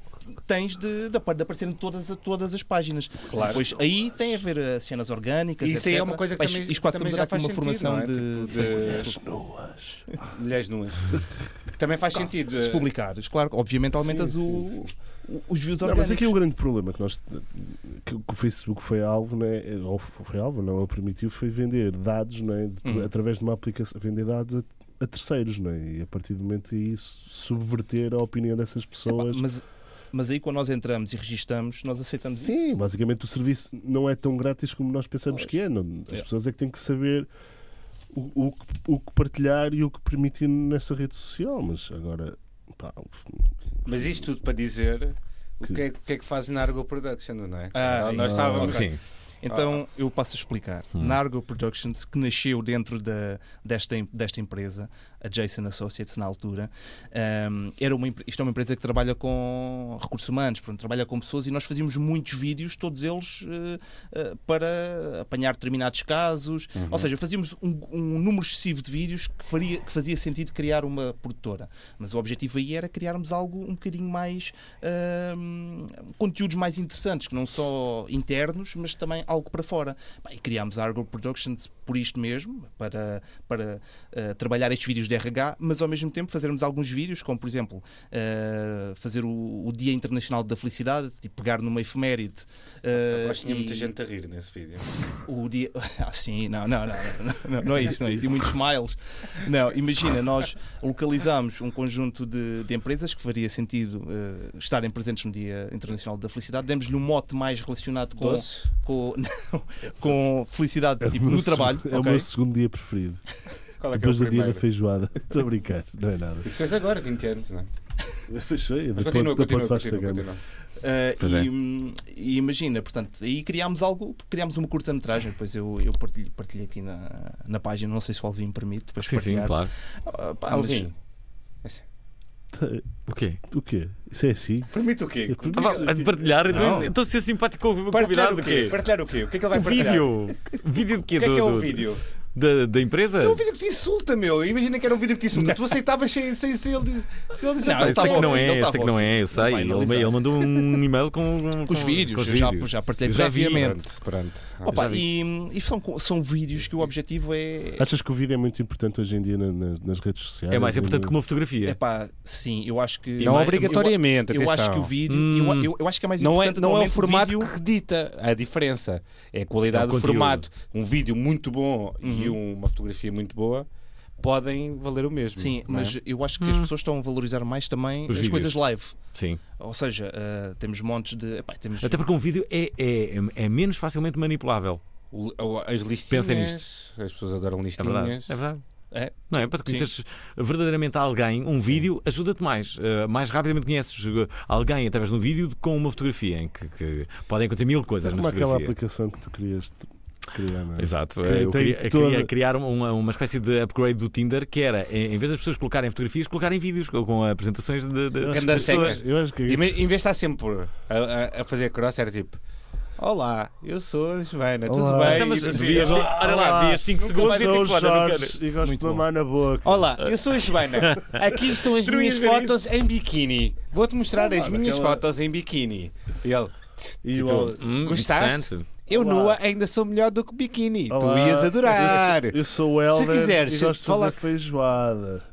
D: tens de, de apar- de aparecer em todas, a- todas as páginas.
C: Claro.
D: Depois aí tem a ver as cenas orgânicas.
C: E isso aí
D: etc.
C: é uma coisa que
D: Pá,
C: também-
D: isto quase
C: também
D: estamos
C: já
D: a dar aqui uma
C: faz
D: formação
C: sentido, não é?
D: de,
C: Tipo, de-
D: de-
C: *laughs* Mulheres
D: *laughs*
C: nuas. Também faz sentido.
D: se publicares. Claro, obviamente aumentas o, o- os views
B: Não,
D: orgânicos.
B: mas aqui é o grande problema que nós que, que o Facebook foi alvo, né, ou foi alvo, não, ou permitiu, foi vender dados né, de-
A: Uhum.
D: Hum.
B: através de uma aplicação, vender dados a, a terceiros, né, e a partir do momento aí subverter a opinião dessas
D: Epá,
B: pessoas.
D: mas, mas aí quando nós entramos e registamos, nós aceitamos isso.
B: Sim, basicamente o serviço não é tão grátis como nós pensamos que é. não- as
D: É.
B: pessoas é que têm que saber o, o, que- o que partilhar e o que permitir nessa rede social, mas agora. Pá,
C: Mas isto tudo para dizer o
B: Que-
C: que é, o que, é que fazem na Argo Productions, não é?
D: Ah,
C: Nós- nós
D: isso.
C: estávamos.
A: Sim.
D: Então eu passo a explicar. Na Argo Productions, que nasceu dentro da, desta, em- desta empresa, a Jason Associates na altura, ahm, era uma, empre- isto é uma empresa que trabalha com recursos humanos, portanto, trabalha com pessoas e nós fazíamos muitos vídeos, todos eles eh, eh, para apanhar determinados casos. Ou seja, fazíamos um, um número excessivo de vídeos que, faria, que fazia sentido criar uma produtora. Mas o objetivo aí era criarmos algo um bocadinho mais. ahm, conteúdos mais interessantes, que não só internos, mas também algo para fora. Bem, criámos a Argo Productions por isto mesmo, para, para eh, trabalhar estes vídeos de RH, mas ao mesmo tempo fazermos alguns vídeos, como por exemplo eh, fazer o, o Dia Internacional da Felicidade, tipo pegar numa efeméride. eh,
C: Mas tinha muita
D: e-
C: gente a rir nesse vídeo.
D: o dia. *laughs* Ah, sim, não, não, não, não, não, não é isso, não é isso. E muitos smiles. Não, imagina, nós localizámos um conjunto de, de empresas que faria sentido eh, estarem presentes no Dia Internacional da Felicidade. Demos-lhe um mote mais relacionado com,
C: Doce.
D: com, *laughs* não, com felicidade
B: é o
D: tipo,
B: meu
D: no
B: seg-
D: trabalho.
B: É o
D: ok?
B: meu segundo dia preferido.
C: Qual é que é o
B: Depois do dia
C: primeiro?
B: da feijoada. *laughs* Estou a brincar, não é nada.
C: Isso fez agora, 20 anos, não é?
B: Fechei, da
C: Mas continua,
B: ponte- da
C: continua,
B: ponte baixa da
C: continua,
B: gama.
C: continua.
D: Uh,
A: Pois
D: e,
A: é.
D: hum, e imagina, portanto, aí criámos algo, criámos uma curta-metragem, depois eu, eu partilho, partilho aqui na, na página, não sei se o Alvin permite, depois
A: Sim, sim,
D: partilhar.
A: claro.
D: Ah, pá, mas-
C: Alvin,
A: O quê?
B: O quê? Isso Tá, é assim?
C: permite o quê?
B: Permite-
A: Ah, vá, de partilhar? Então,
D: Não.
A: então ser simpático com o
C: Partilhar
A: convidado
C: o
A: do
C: quê?
A: quê?
C: Partilhar o quê? O que é que ele vai
A: O
C: partilhar?
A: vídeo! Vídeo de quê?
C: O que é que é
A: Do-
C: o
A: do-
C: vídeo?
A: Da, da empresa?
C: É um vídeo que te insulta, meu. Imagina que era um vídeo que te insulta. Tu aceitavas sem, sem, sem ele dizer. Se ele dizer
D: Não,
A: Ah, eu sei
D: Ele tava
A: que não
D: ouvindo,
A: é,
D: ele
A: eu
D: tava
A: sei que não é, eu sei.
D: vai
A: Ele,
D: analisar.
A: ele mandou um e-mail com, com,
D: Com os vídeos,
A: com os
D: eu já-
A: vídeos.
D: já partilhei
A: Eu já vi.
D: previamente.
C: Pronto.
A: Ah, é.
D: Opa, e, e são, co- são vídeos que o objetivo é.
B: Achas que o vídeo é muito importante hoje em dia na- na- nas redes sociais?
A: É mais importante que é. uma fotografia.
D: Epá, sim, eu acho que.
C: Não
D: eu-
C: obrigatoriamente,
D: Eu, eu acho que o vídeo.
A: Hum.
D: Eu, eu- eu acho que é mais
C: não é,
D: importante
C: não é o
D: atualmente
C: formato
D: vídeo-
C: que dita a diferença. É a qualidade
A: É o
C: do
A: conteúdo.
C: formato. Um vídeo muito bom e uma fotografia muito boa podem valer o mesmo.
D: Sim,
C: não é?
D: mas eu acho que as pessoas estão a valorizar mais também
A: Hum. Os
D: as coisas
A: vídeos.
D: live.
A: Sim.
D: Ou seja, ah, temos montes de. epá, temos
A: Até porque um vídeo é, é, é menos facilmente manipulável.
C: o- o- as listinhas.
A: Pensem
C: As pessoas adoram
A: É verdade.
C: listinhas.
A: É verdade.
D: É.
A: Não é? Para conheceres verdadeiramente alguém, um vídeo ajuda-te mais. Uh, mais rapidamente conheces uh, alguém através de um vídeo do que com uma fotografia, em que, que podem acontecer mil coisas na
B: Como aquela
A: fotografia.
B: aplicação que é tu querias t- criar, não é?
A: Exato,
B: Que
A: eu
B: tem
A: queria,
B: toda-
A: queria criar uma, uma espécie de upgrade do Tinder que era, em em vez das pessoas colocarem fotografias, colocarem vídeos com, com apresentações de. de-
B: Eu
C: Ganda
B: acho que as pessoas-
C: seca.
B: Eu acho
A: É
B: que
C: Em vez em vez de estar sempre a, a- a fazer cross, era tipo: Olá, eu sou a Joana, tudo
B: Olá.
C: bem?
A: Então, mas
C: E depois-
A: devias- olha lá, devias 5 segundos e
B: sou é o
A: tipo, olha, não quero.
B: Jorge e gosto de mamar na boca.
C: Olá,
A: Ah,
C: eu sou
A: *laughs*
C: a Joana. Aqui estão as
A: Tu não
C: minhas
A: ias ver
C: fotos em biquíni. Vou-te mostrar as
B: Olá,
C: minhas
B: aquela-
C: fotos em biquíni. E ele,
B: E
C: tu-
B: olá,
A: Hum,
C: Gostaste?
A: interessante.
C: eu
B: Olá.
C: nua ainda sou melhor do que biquíni. Tu
B: olá,
C: ias adorar.
B: Eu, sou- eu sou o Helder
C: quiseres,
B: e gosto de
C: fala-
B: fazer feijoada.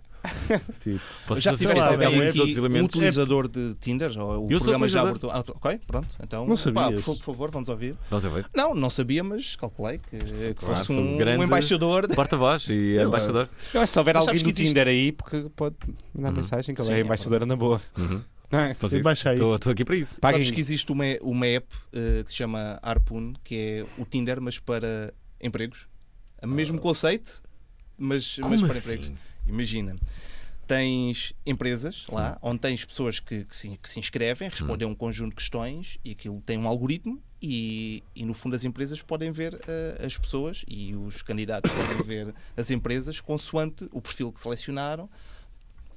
B: tipo,
A: Vocês
D: já
A: já
B: tiveste
A: tiveram
B: lá,
A: até
B: bem,
A: muitos
B: aqui,
A: outros
D: um
A: elementos.
D: utilizador de Tinder, ou o
A: Eu sou
D: programa já
A: utilizador.
D: abordou. Ah, ok, pronto. Então,
B: Não
D: pá, por,
B: sabias.
D: fa- por favor, vamos ouvir.
A: Não sei,
D: Não, não sabia, mas calculei que, que fosse
A: sou
D: um, um
A: grande-
D: embaixador. *laughs*
A: porta-voz e embaixador.
C: Eu acho que se houver
D: Mas
C: alguém
D: sabes
C: do
D: que existe-
C: Tinder aí, porque pode mandar mensagem que ela
D: Sim,
C: é
D: é
C: embaixadora na boa. Não é?
A: Pois
B: Eu
A: isso.
B: baixei.
A: Estou estou aqui para isso.
C: Paguem-
D: Sabes que existe uma, uma app eh, que se chama Harpoon, que é o Tinder, mas para empregos. É O mesmo conceito, mas,
A: Ah. Como
D: mas para
A: assim?
D: empregos. Imagina. Tens empresas lá,
A: Hum.
D: onde tens pessoas que, que se, que se inscrevem, respondem a um conjunto de questões e aquilo tem um algoritmo e, e no fundo as empresas podem ver eh, as pessoas e os candidatos podem
A: *coughs*
D: ver as empresas consoante o perfil que selecionaram.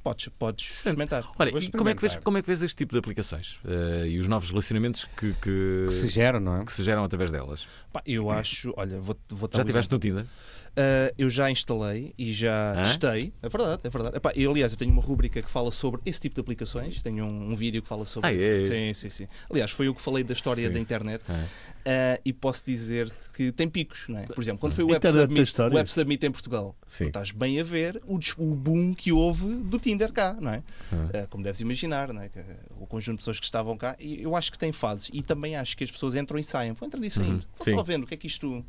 D: Podes, podes experimentar.
A: Olha,
C: Vou
A: e como é, que vês,
C: experimentar.
A: como é que vês este tipo de aplicações Eh, e os novos relacionamentos que, que,
C: Que se geram, não é?
A: que se geram através delas?
D: Pá, eu acho, olha, vou, vou
A: Já tiveste no Tinder?
D: Uh, eu já instalei e já
A: Hã?
D: testei. É verdade, é verdade. Epá, e, aliás, eu tenho uma rúbrica que fala sobre esse tipo de aplicações. Tenho um, um vídeo que fala sobre.
A: Ah, é, é.
D: Sim, sim, sim. Aliás, foi eu que falei da história
A: Sim,
D: da
A: sim.
D: internet. Uh, e posso dizer-te que tem picos, não é? Por exemplo, quando foi o Web
B: Internet tem
D: Summit,
B: história?
D: o Web Summit em Portugal,
A: Sim.
D: tu estás bem a ver o, des- o boom que houve do Tinder cá, não é?
B: Hum.
D: Uh, como deves imaginar, não é? Que, uh, o conjunto de pessoas que estavam cá. E eu acho que tem fases. E também acho que as pessoas entram e saem. Vou entrando e saindo.
B: Uhum.
D: Vou
A: Sim.
D: só vendo o que é que isto.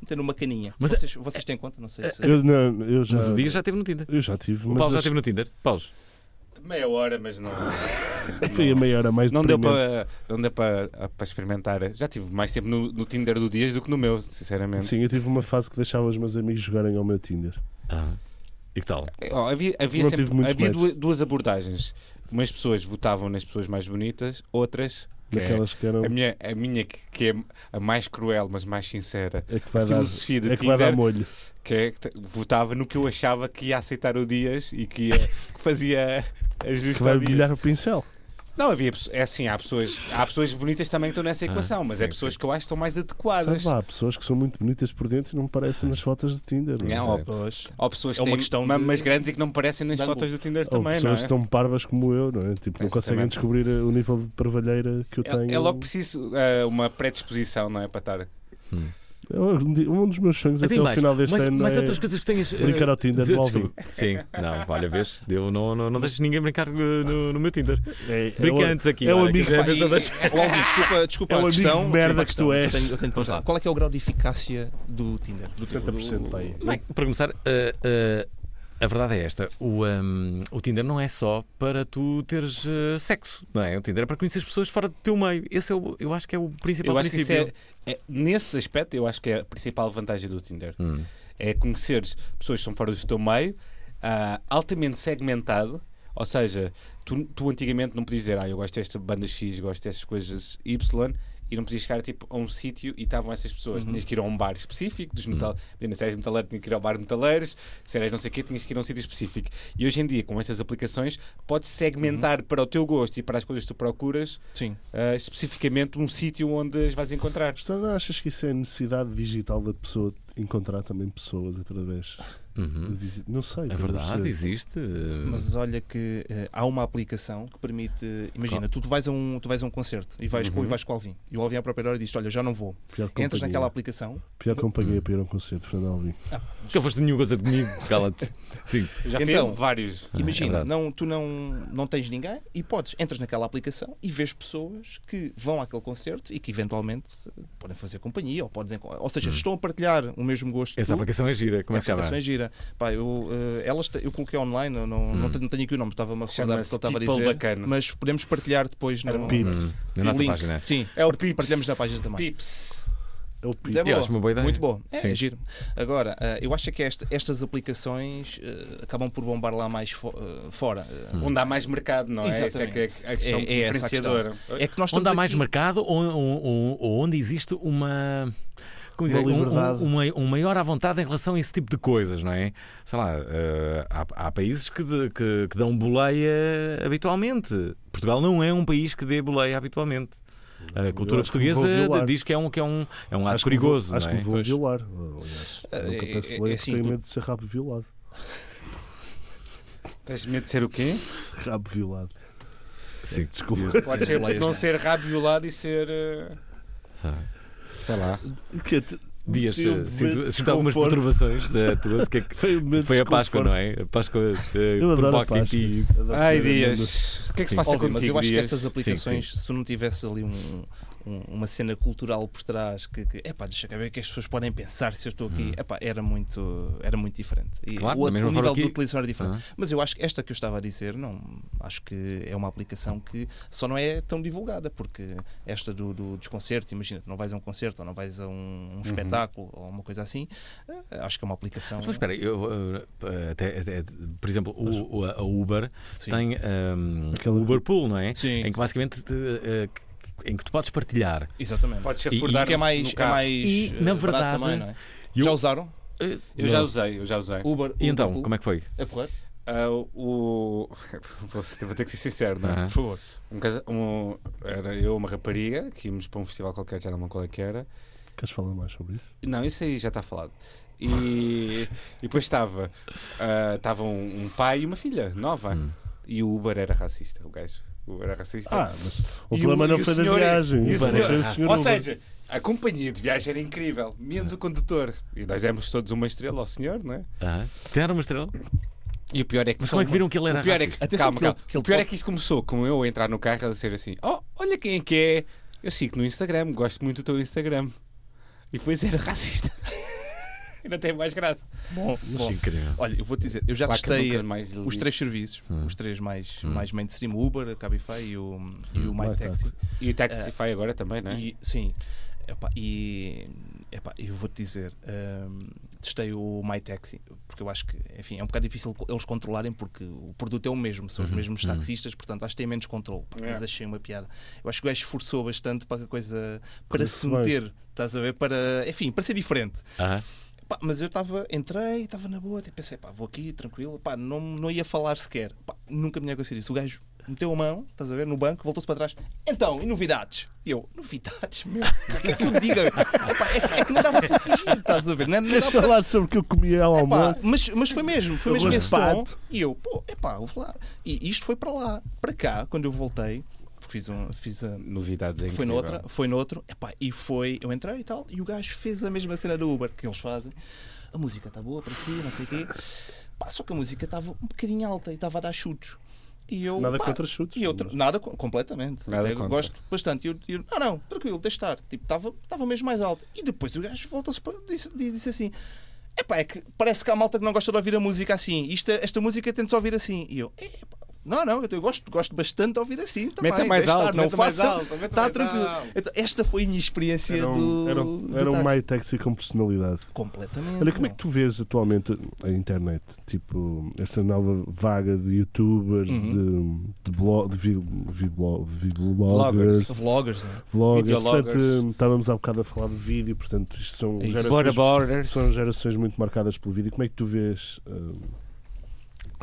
D: Meter numa caninha.
A: Mas-
D: vocês, vocês têm conta? Não sei se.
B: é- eu, não, eu já,
A: Mas o dia já esteve no Tinder.
B: eu já tive,
A: O
B: mas
A: Paulo já
B: acho
A: esteve no Tinder. Paulo,
C: Meia hora, mas não.
B: que foi a meia hora mais
C: Não deu
B: deprimente.
C: para não deu para ah, para experimentar. Já tive mais tempo no, no Tinder do Dias do que no meu, sinceramente.
B: Sim, eu tive uma fase que deixava os meus amigos jogarem ao meu Tinder.
A: e que tal?
C: Ó, havia havia,
B: Não
C: sempre-
B: tive muitos
C: havia
B: matches.
C: duas, duas abordagens. Umas pessoas votavam nas pessoas mais bonitas, outras. que é
B: Daquelas que eram.
C: a minha, a minha que, que é a mais cruel, mas mais sincera.
B: É que vai
C: a
B: dar,
C: filosofia da
B: é que vai dar
C: Tinder.
B: molho.
C: que, é que te- votava no que eu achava que ia aceitar o Dias e que, ia- que fazia
B: Que
C: ajuste
B: vai
C: ao Dias.
B: brilhar o pincel.
C: Não, havia, pesso- é assim, há pessoas, há pessoas bonitas também que estão nessa equação, mas é
A: sim,
C: pessoas que eu acho que são mais adequadas.
B: Ah, Sabe lá, há pessoas que são muito bonitas por dentro e não parecem nas fotos de Tinder.
C: Não,
B: é?
C: ou,
D: Pois.
C: ou pessoas que
D: É uma
C: têm
D: questão de-
C: mamas grandes e que não parecem nas
D: de ângulo.
C: fotos do Tinder
B: Ou
C: também, não
B: pessoas
C: é?
B: tão parvas como eu, não é? Tipo, não conseguem
C: Exatamente.
B: descobrir uh, o nível de parvalheira que eu tenho.
C: É, é logo preciso eh, uma predisposição, não é? Para estar.
B: É um di- um dos meus sonhos
A: Mas
B: até
A: em
B: ao
A: baixo.
B: final deste
A: mas,
B: ano.
A: mas
B: é...
A: outras coisas que tenhas. eh,
B: brincar ao Tinder
A: dizer-
B: no ao vivo.
A: desculpa. Sim, não, olha, vês, eu não, não, não deixo ninguém brincar eh, no, no meu Tinder.
B: é, é
A: Brinca
B: o-
A: antes aqui.
B: é o
A: olha, que
B: amigo-
A: já
D: Pá, e-
A: pensa-
D: *laughs*
A: deixa-
D: Ó, Alvin, desculpa, desculpa
B: É
D: a
B: um amigo de
D: questão.
B: merda que tu
D: desculpa a questão, mas
B: és.
D: Eu tenho, eu tenho de perguntar. Qual é que é o grau de eficácia do Tinder? Do Tinder?
B: 70% para aí.
A: Bem, para começar, eh, eh, a verdade é esta: o, ehm, o Tinder não é só para tu teres eh, sexo, não é? O Tinder é para conhecer as pessoas fora do teu meio. Esse é o, eu acho que é o principal
C: Eu acho que isso
A: princípio.
C: é, é- nesse aspecto, eu acho que é a principal vantagem do Tinder. É conheceres pessoas que são fora do teu meio, ah, altamente segmentado. Ou seja, tu, tu antigamente não podias dizer, ah, eu gosto desta banda X, gosto dessas coisas Y, e não podias chegar tipo, a um sítio e estavam essas pessoas.
A: Uhum.
C: Tinhas que ir a um bar específico, dos metal... Imagina, se eras metaleiro, tinha que ir ao bar de metaleiros, se eras não sei o quê, tinhas que ir a um sítio específico. E hoje em dia, com estas aplicações, podes
A: Uhum.
C: segmentar para o teu gosto e para as coisas que tu procuras
D: Sim.
C: Uh, especificamente um sítio onde as vais encontrar.
B: Mas tu não achas que isso é a necessidade digital da pessoa de encontrar também pessoas através do digital? Não sei.
A: É
B: estás a
A: verdade,
B: perceber?
A: existe. eh,
D: Mas olha que eh, há uma aplicação que permite. Imagina, tu, tu vais a um, tu vais a um concerto e vais,
A: Uhum.
D: com, e vais com o Alvin. E o Alvin à própria hora diz: Olha, já não vou.
B: Pior
D: Entras
B: companhia.
D: naquela aplicação,
B: Pior companhia para ir a um concerto, Fernando
A: Hum.
B: Alvim.
A: Nunca foste nenhum coisa comigo, cala-te. Sim.
C: Eu Já
D: Então,
C: fui a vários.
D: Imagina,
A: Ah, é verdade.
D: não, tu não, não tens ninguém e podes, entras naquela aplicação e vês pessoas que vão àquele concerto e que eventualmente eh, podem fazer companhia ou, podes, enco- ou seja, estão a partilhar o mesmo gosto. que
A: Uhum. Essa
D: tu.
A: aplicação é gira, como é que
D: Essa
A: se chama?
D: aplicação é gira. Pá, eu, eh, elas te- eu coloquei online, eu não,
A: Hum.
D: não, tenho, não tenho aqui o nome, estava-me a recordar
C: Chama-se
D: porque ele estava a
C: People
D: dizer.
C: Bacana.
D: Mas podemos partilhar depois no,
B: Pips.
A: Na nossa
D: link.
A: página.
D: é Sim,
C: É o
D: partilhamos na página também.
C: Pips.
B: é o
D: Mas é
B: pico.
A: Eu acho uma boa ideia.
D: Muito boa. É,
A: Sim.
D: é giro. Agora, eh, eu acho que esta- estas aplicações eh, acabam por bombar lá mais fo- eh, fora. Eh,
A: Hum.
C: Onde há mais mercado, não é? Essa é que é a questão
D: É- é essa a
C: diferenciadora.
D: É que nós
A: Onde
D: estamos
A: há mais
D: aqui-
A: mercado ou, ou- ou- ou onde existe uma. Como
B: Uma
A: dizer, um,
B: liberdade.
A: um- uma- um maior à vontade em relação a esse tipo de coisas, não é? Sei lá, eh, há, há países que, de- que- que dão boleia habitualmente. Portugal não é um país que dê boleia habitualmente. A cultura
B: acho que me vou
A: portuguesa
B: violar.
A: diz que é um, que é um, é um ato
B: Acho que me vou-
A: perigoso.
B: Acho
A: não
B: que
A: é?
B: me vou
D: Pois.
B: violar. Aliás,
D: É,
B: nunca
D: é-
B: peço
D: é
B: boleia porque
D: assim,
B: tenho
D: por-
B: medo de ser rabo violado.
C: Tens medo de ser o quê?
B: Rabo violado.
A: Sim.
B: Desculpa.
C: Pode ser por não é? ser rabiolado e ser. eh, Sei lá.
B: Que te-
A: Dias,
B: eu
A: eh,
B: me
A: sinto, sinto algumas
B: desconforto.
A: perturbações da tua. o que é
B: *laughs*
A: que-
B: Foi, um
A: Foi a Páscoa, não é? A Páscoa eh,
B: Eu adoro a
A: provoca em
B: Páscoa.
A: ti isso.
B: Adoro
C: Ai,
B: saber
C: Dias. O que é que se
A: Sim.
C: passa
D: Óbvio,
C: contigo,
D: mas eu acho que
C: Dias?
D: estas aplicações, se tu não tivesse ali um- um- uma cena cultural por trás que, que epá, deixa eu ver o que as pessoas podem pensar se eu estou aqui, epá, era muito, era muito diferente.
A: Hum.
D: E
A: Claro,
D: o,
A: da mesma
D: o
A: forma
D: nível
A: que-
D: de utilização era diferente.
A: Ah.
D: Mas eu acho que esta que eu estava a dizer, não, acho que é uma aplicação que só não é tão divulgada, porque esta do, do- dos concertos, imagina, tu não vais a um concerto ou não vais a um, um
A: Uhum.
D: espetáculo ou uma coisa assim, eh, acho que é uma aplicação.
A: Então espera, eu, eh, até, até- por exemplo, o, o- a Uber
D: Sim.
A: tem um,
B: Aquela-
A: o Uber Pool, não é?
D: Sim,
A: em que
D: sim.
A: basicamente te, eh, em que tu podes partilhar.
D: Exatamente.
C: Podes
A: E-
C: afordar
D: E que é mais,
C: no
D: é
C: carro.
D: mais
A: E,
D: eh,
A: na
D: barato
A: verdade,
D: também, não é?
A: eu-
D: Já usaram?
A: Eh,
C: Eu já usei, eu já usei.
D: Uber.
A: E então, como é que foi?
D: é correr?
C: Ah, o... *laughs* Vou vou ter que ser sincero, não é?
A: Aham.
D: Por favor.
C: Um casa- um- Era eu uma rapariga que íamos para um festival qualquer, já não me lembro qual é que era.
B: disso. Queres falar mais sobre isso?
C: Não, isso aí já está falado. E, e depois estava ah, estava um, um pai e uma filha nova.
B: Hum.
C: E o Uber era racista, o gajo. O Uber era racista.
B: Ah, mas o
C: E
B: problema
C: o-
B: não
C: e o
B: foi da
C: senhor- é-
B: viagem.
C: e o
B: O problema
C: senhor-
B: foi do senhor
C: Ou
B: Uber.
C: seja, a companhia de viagem era incrível, menos o condutor. E nós demos todos uma estrela ao senhor, não é?
A: Aham. Tem era uma estrela?
C: E o pior é que.
A: Mas como é que viram que ele era
C: o pior é
A: racista?
C: que,
D: Atenção
C: calma,
D: que ele-
C: calma.
D: que ele
C: o pior é
D: pode-
C: que isto começou com eu a entrar no carro e a dizer assim: Oh, olha quem é que é. Eu sigo no Instagram, gosto muito do teu Instagram. E foi zero *laughs* racista. e não tem mais graça.
D: Bom, bom.
A: Incrível.
D: Olha, eu vou-te dizer, eu já
C: Claro que
D: testei
C: nunca mais lhe
D: os
C: disse.
D: três serviços,
A: Hum.
D: os três mais, mais mainstream, o Uber, a Cabify e o, e
A: Hum.
D: o
B: My
A: tá,
D: MyTaxi.
C: E o Taxify agora também, não é?
D: E, sim. Epá, e epá, eu vou-te dizer, hum, testei o MyTaxi, porque eu acho que enfim, é um bocado difícil co- eles controlarem, porque o produto é o mesmo, são os
A: Uhum,
D: mesmos taxistas, portanto acho que têm menos controle. Pá, Mas
C: É.
D: achei uma piada. Eu acho que o gajo esforçou bastante para que a coisa para se
B: bem.
D: meter, estás a ver? Para, enfim, para ser diferente.
A: Aham.
D: Pá, mas eu estava, entrei, estava na boa, até pensei, pá, vou aqui, tranquilo, pá, não, não ia falar sequer. Pá, nunca me ia acontecer isso. O gajo meteu a mão, estás a ver, no banco, voltou-se para trás. Então, e novidades? E eu, novidades, meu? O que é que eu digo? Epá, é, é que não dava para fugir, estás a ver? Não, não
B: Queres
D: dava para-
B: falar sobre o que eu comia ao
D: Epá,
B: almoço?
D: mas, mas foi mesmo, foi
B: Eu
D: mesmo
B: gosto
D: esse
B: de
D: tom.
B: pato.
D: E eu, pô, epá, vou lá. E isto foi para lá, para cá, quando eu voltei, fiz, um, fiz a,
C: Novidades em
D: foi noutra, foi noutro, epá, e foi, eu entrei e tal, e o gajo fez a mesma cena do Uber que eles fazem. A música está boa para si, não sei o quê. Pá, só que a música estava um bocadinho alta e estava a dar chutes. E eu,
B: Nada
D: pá,
B: contra chutes,
D: E eu, tra- nada, co- completamente.
C: Nada
D: Até
C: contra.
D: Gosto bastante. E Eu, eu, não, não, tranquilo, deixa estar. Tipo, estava estava mesmo mais alto. E depois o gajo volta-se para- disse, di- disse assim: Epá, é que parece que há malta que não gosta de ouvir a música assim. Isto, esta música tem de se ouvir assim. E eu, "Epá, não, não, eu, eu gosto, gosto bastante de ouvir assim. Tá
C: Meta
D: bem,
C: mais
D: deixa estar,
C: alto,
D: não
C: meta mais
D: faça-
C: alto, meta
D: tá
C: mais
D: tranquilo.
C: alto.
D: Então, esta foi a minha experiência
B: Era um,
D: do.
B: era um,
D: do
B: era um
D: táxi.
B: My Taxi com personalidade.
D: Completamente.
B: Olha, como é que
D: bom.
B: tu vês atualmente a internet? Tipo, essa nova vaga de youtubers,
A: Uhum.
B: de, de, blog, de vi, vi, blo- vi bloggers,
C: Vloggers.
D: Vloggers, né?
B: vloggers.
C: Videologgers.
B: Portanto, hum, estávamos há bocado a falar de vídeo, portanto, isto
A: É
B: são gerações,
C: Bora Borders.
B: são gerações muito marcadas pelo vídeo. Como é que tu vês? hum,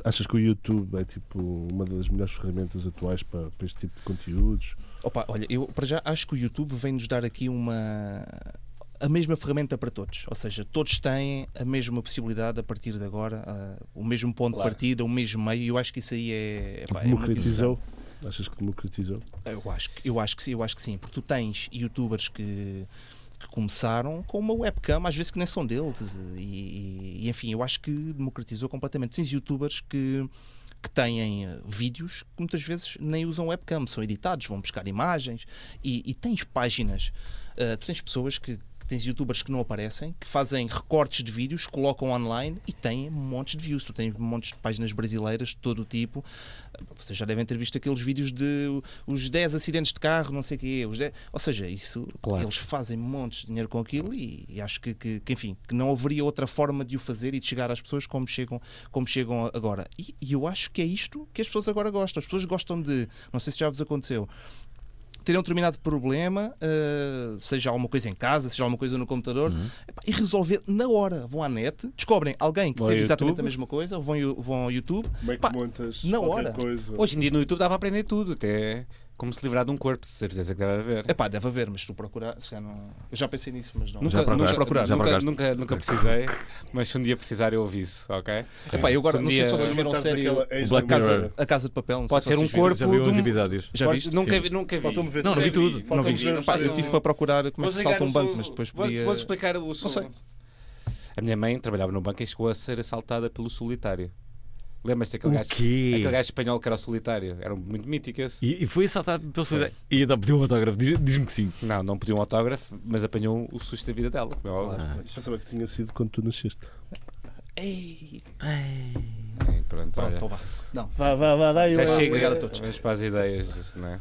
B: achas que o YouTube é tipo uma das melhores ferramentas atuais para, para este tipo de conteúdos?
D: Opa, olha, eu para já acho que o YouTube vem-nos dar aqui uma. A mesma ferramenta para todos, ou seja, todos têm a mesma possibilidade a partir de agora, ah, o mesmo ponto
C: Claro.
D: de partida, o mesmo meio, e eu acho que isso aí é. epá, é muito
B: democratizou? Achas que democratizou?
D: Eu acho, que- eu acho que sim, eu acho que sim, porque tu tens youtubers que, que começaram com uma webcam, às vezes que nem são deles, e, e- e, enfim, eu acho que democratizou completamente. Tens youtubers que, que têm eh, vídeos que muitas vezes nem usam webcam, são editados, vão buscar imagens, e, e tens páginas, eh, tu tens pessoas que tens youtubers que não aparecem, que fazem recortes de vídeos, colocam online e têm montes de views. Tu tens montes de páginas brasileiras de todo o tipo. Vocês já devem ter visto aqueles vídeos de os 10 acidentes de carro, não sei o quê. Os 10... Ou seja, isso
C: Claro.
D: eles fazem montes de dinheiro com aquilo e, e acho que, que- que, enfim, que não haveria outra forma de o fazer e de chegar às pessoas como chegam, como chegam agora. E, e eu acho que é isto que as pessoas agora gostam. As pessoas gostam de, não sei se já vos aconteceu, terem um determinado problema, eh, seja alguma coisa em casa, seja alguma coisa no computador,
C: Uhum.
D: epá, e resolver na hora. Vão à net, descobrem alguém que
C: Vão ao
D: teve exatamente
C: YouTube.
D: a mesma coisa, vão, ao- vão ao YouTube.
B: Como é
D: Pá,
B: que montas
D: na
B: qualquer
D: hora.
B: coisa?
C: Hoje em dia no YouTube dá para aprender tudo, até como se livrar de um corpo, de certeza que deve haver.
D: Epá, deve haver, mas se tu procurar, se calhar não. Eu já pensei nisso, mas não.
A: Já procuraste?
C: nunca,
A: Já
C: nunca,
A: procuraste?
C: nunca, nunca precisei, mas se um dia precisar eu ouvi isso, ok?
D: Epá, eu agora
C: Se um
D: não sei
C: dia-
D: se
B: Para
D: vocês viram a
B: montares
D: série
B: aquela
A: o
B: ex-
A: Black
B: namorada.
A: Mirror.
D: A Casa de Papel, não
C: Pode
D: sei se
C: ser um
D: vocês
C: corpo.
A: Já vi uns
C: de um-
A: episódios.
D: Já
C: Pode-
D: viste?
C: Nunca
D: Sim.
C: vi. Nunca vi.
B: Faltou-me ver
A: Não, não vi
B: três.
A: tudo.
D: Não vi.
B: Faltou-me
C: um
B: ver os
D: Pá, eu
B: três.
D: tive para procurar como
C: Vou
D: é que se
C: ligar
D: salta
C: o
D: um banco,
C: som-
D: mas depois
C: vou-
D: podia.
C: Vou explicar o som.
D: sei.
C: A minha mãe trabalhava no banco e chegou a ser assaltada pelo solitário. Lembras-te daquele
A: O
C: gajo?
A: quê?
C: Aquele gajo espanhol que era o solitário. Era um- muito mítico esse.
A: E, e foi assaltado pela sua ideia. E então pediu um autógrafo. Diz- Diz-me que sim.
C: Não, não pediu um autógrafo, mas apanhou o susto da vida dela.
D: Ah.
C: como é óbvio.
B: Pensava que tinha sido quando tu nasceste.
D: Ei,
C: Bem, pronto,
D: pronto,
C: olha.
D: então vá. Não,
B: Vá, vá, vá, dá
C: Já chega.
D: Obrigado a todos.
C: Vamos para as ideias, não é?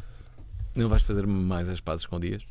A: Não vais fazer mais as pazes com dias?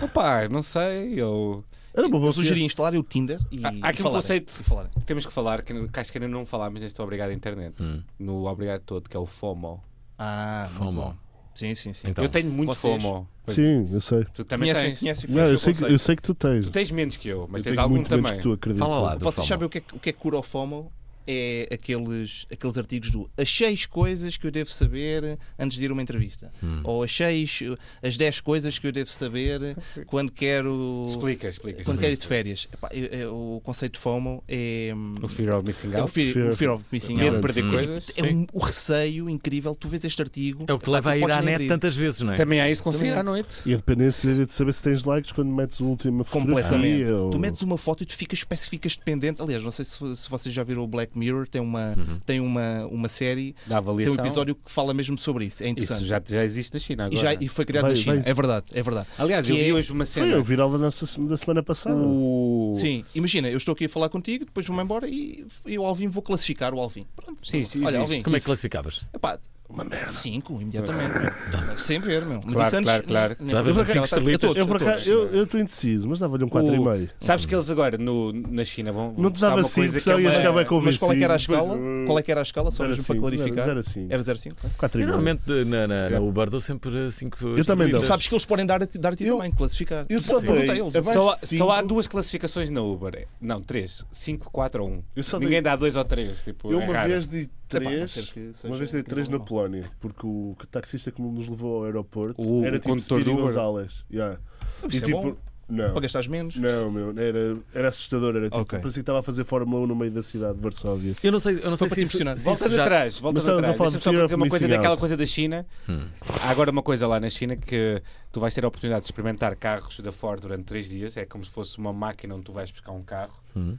C: Opa, Então, não sei. Eu...
B: Era uma boa
D: eu sugeri instalar o Tinder e.
C: Há- há aqui um
D: e falarem.
C: conceito-
D: E falarem.
C: Temos que falar, que, que acho que ainda não falámos neste Obrigado à Internet.
D: Hum.
C: No Obrigado Todo, que é o FOMO.
D: Ah, muito
A: Fomo.
D: bom. Sim, sim, sim.
A: Então,
C: eu tenho muito
D: vocês-
C: FOMO.
B: Sim, eu sei.
C: Tu também
D: Conhecem,
C: tens.
D: conhecem,
B: Não, eu
D: conhecem o
B: sei, que, eu
D: é conceito.
B: sei que tu tens.
C: Tu tens menos que eu, mas
B: Eu
C: tens
B: tenho
C: algum
B: muito menos
C: também.
B: que tu acredito.
A: Fala lá. do
D: Vocês
A: FOMO.
D: sabem o que é, o que é cura o FOMO? É aqueles, aqueles artigos do acheis coisas que eu devo saber antes de ir a uma entrevista. Ou acheis as 10 coisas que eu devo saber quando quero.
C: Explica, explica.
D: Quando
C: explica.
D: quero ir de férias. Epá, eu- eu- o conceito de FOMO é.
C: O Fear of Missing
D: é o
C: Out.
D: fear,
B: Fear-
D: o fear of missing
C: Medo de
D: out.
C: perder
A: Hum.
C: coisas.
D: É um- o receio incrível. Tu vês este artigo.
A: É o que te
D: epá,
A: leva
D: tu
A: a ir
D: podes
A: à
D: nem
A: net
D: abrir.
A: tantas vezes, não é?
C: Também há isso com sair à noite.
B: E a dependência de saber se tens likes quando metes a última fotografia.
D: Completamente.
B: ou-
D: Tu metes uma foto e tu ficas, parece que ficas dependente. Aliás, não sei se, se vocês já viram o Black Mirror, tem uma, tem uma, uma série,
C: Da
D: tem
C: avaliação.
D: um episódio que fala mesmo sobre isso. É interessante.
C: Isso já, já existe na China
D: e,
C: agora.
D: já, e foi criado
B: Vai-
D: na China.
B: vai-
D: É verdade, é verdade.
C: Aliás,
D: que
C: eu vi
D: é-
C: hoje uma
B: Foi o
C: cena.
B: viral da, nossa, da semana passada.
C: O...
D: Sim, imagina, eu estou aqui a falar contigo, depois vou-me embora e eu, Alvin, vou classificar o Alvin. Pronto,
C: Sim, sim,
D: Olha,
C: existe.
D: Alvin,
A: Como é que classificavas?
D: Epá, uma merda. 5, imediatamente. meu. Sem ver, meu. Mas
C: Claro,
D: isso antes, né,
C: claro, claro.
D: nem-
A: Davas
D: nem-
A: cinco
D: a todos,
A: estrelitas.
D: a
B: eu por
D: todos.
B: acaso- eu- eu estou indeciso, mas dava-lhe um
C: O-
B: 4,5.
C: Sabes que eles agora no- na China vão, vão
B: Não te
C: postar
B: dava
C: uma
B: 5,
C: coisa que
B: já
C: é
B: ia
C: uma...
B: chegar bem
D: Mas
B: convencido.
D: qual é que era a escala? Qual é que era a escala? Só
B: Zero
D: mesmo para
B: cinco,
D: clarificar.
B: zero cinco.
D: Era 05?
A: Eu
B: 4,5.
A: normalmente na, na, na Uber dou sempre 5
B: Eu também dou.
D: Tu sabes que eles podem dar a ti, dar a ti
B: Eu-
D: também, classificar.
B: eu
D: Tu
B: só
D: pergunta
B: dei-
D: a eles.
B: é bem-
C: Só, há-
B: Cinco.
C: só há duas classificações na Uber. Não, três. Cinco, quatro ou um.
B: Eu só
C: Ninguém dá dois ou três. Tipo,
B: Eu
C: é
B: uma
C: raro.
B: vez dei
D: Epá, a ser
B: 3,
D: que seja
B: uma vez dei
D: incrível
B: 3 na
D: ou não.
B: Polónia, porque o taxista que nos levou ao aeroporto
C: O-
B: era
C: o
B: tipo
C: condutor
B: Speedy
C: do Uber.
B: Gonzalez. Yeah. tipo,
D: Isso é bom.
B: não,
D: Para gastares menos.
B: não, meu, era, era assustador, era tipo,
D: Ok.
B: parecia que estava a fazer Fórmula 1 no meio da cidade de Varsóvia.
A: Eu não sei, eu não sei
D: Foi para
A: se
D: te
A: isso,
D: impressionar.
A: se
C: Volta
A: isso
C: de
A: já...
C: atrás, volta
B: Mas
C: de
B: estavas a
C: atrás.
B: falar
C: Deixa-me
B: de
C: só
B: Fear
C: dizer
B: of
C: uma coisa
B: Missing
C: daquela
B: Out.
C: coisa da China.
A: Hum.
C: Há agora uma coisa lá na China que tu vais ter a oportunidade de experimentar carros da Ford durante três dias. É como se fosse uma máquina onde tu vais buscar um carro.
A: Hum.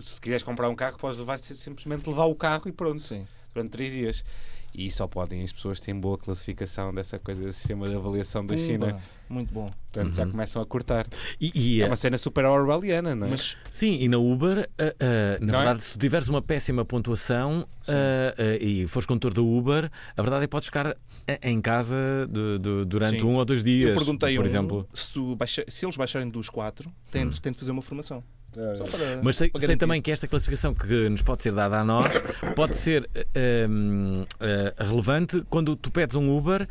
C: Se quiseres comprar um carro, podes levar sim- simplesmente levar o carro e pronto.
D: Sim.
C: Durante três dias. E só podem as pessoas que têm boa classificação dessa coisa, desse sistema de avaliação da China.
D: Pumba. Muito bom.
C: Portanto,
A: Uhum.
C: já começam a cortar.
A: E, e,
C: É uma cena super orwelliana, não é?
D: Mas
A: Sim, e na Uber, ah, ah, na
C: Não é?
A: verdade, se tiveres uma péssima pontuação ah, ah, e fores condutor da Uber, a verdade é que podes ficar a- em casa de- de- durante
D: Sim.
A: um ou dois dias.
D: eu perguntei
A: por
D: a um,
A: exemplo. Hum.
D: se, tu baixa- se eles baixarem dos 4, tento, tento fazer uma formação. Só para-
A: Mas sei,
D: para
A: sei
D: garantir.
A: também que esta classificação que nos pode ser dada a nós pode ser ah, hum, ah, relevante quando tu pedes um Uber.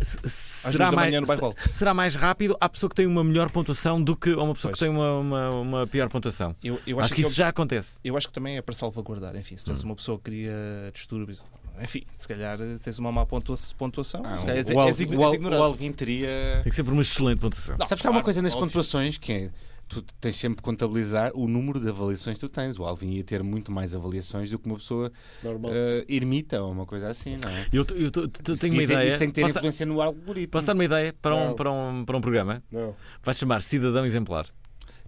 A: se-
D: Às
A: Será
D: duas da
A: mais,
D: manhã no bairro
A: se- será mais rápido à pessoa que tem uma melhor pontuação do que a uma pessoa que
D: Pois.
A: tem uma, uma- uma pior pontuação.
D: Eu, eu
A: Acho, que isso
D: eu-
A: já Hum. acontece.
D: Eu acho que também é para salvaguardar. Enfim, se tens uma pessoa que cria distúrbios, enfim, se calhar eh, tens uma má pontua- pontuação.
A: Ah,
D: se calhar és-
C: o, Al-
D: és ign-
C: o Al-
D: és ignorado.
C: o Alvin
D: É.
C: teria.
A: Tem sempre uma excelente pontuação.
D: Não,
C: Sabes que há uma
D: claro,
C: coisa nas
D: óbvio.
C: pontuações que é. Tu tens sempre que contabilizar o número de avaliações que tu tens. O Alvin ia ter muito mais avaliações do que uma pessoa
B: Normal.
C: eh, ermita ou uma coisa assim, não é?
A: Eu, t- eu t- t-
C: Isso
A: tenho uma
C: devia ter-
A: ideia.
C: Isso tem que ter
A: Posso dar-
C: influência no algoritmo.
A: Posso dar uma ideia para um,
B: Não.
A: para um, para um programa?
B: Não.
A: Vai se chamar Cidadão Exemplar.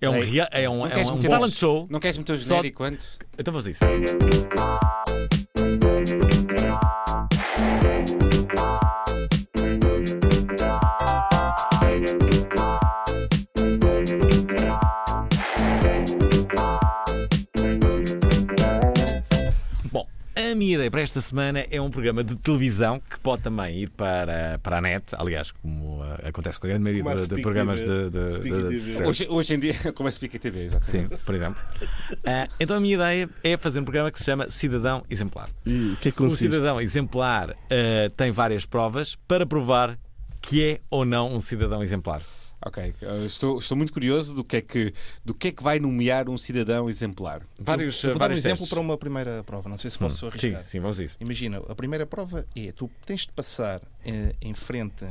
A: É um,
C: Ei,
A: rea- é um,
C: não
A: é
C: queres
A: um- um
C: meter-
A: talent show.
C: Não queres meter o
A: Só-
C: genérico antes?
A: Então vamos a isso. ideia para esta semana é um programa de televisão que pode também ir para, para a net, aliás, como ah, acontece com a grande maioria
B: Como a
A: de, de
B: Speak
A: programas de, de,
B: TV.
A: de,
B: Speak
A: de- de-
B: TV.
C: Hoje, hoje em dia, *laughs* como é que fica a TV, exatamente.
A: Sim, por exemplo. Ah, então a minha ideia é fazer um programa que se chama Cidadão Exemplar.
B: E o que é que
A: O
B: consiste?
A: cidadão exemplar ah, tem várias provas para provar que é ou não um cidadão exemplar.
C: Ok, eu estou, estou muito curioso do que, é que, do que é que vai nomear um cidadão exemplar.
A: Vários, ah,
D: Eu vou dar um
A: vários
D: exemplo
A: testes. Hum,
D: para uma primeira prova, não sei se posso
A: Sim,
D: arriscar.
A: sim, vamos a isso.
D: Imagina, a primeira prova é tu tens de passar eh, em frente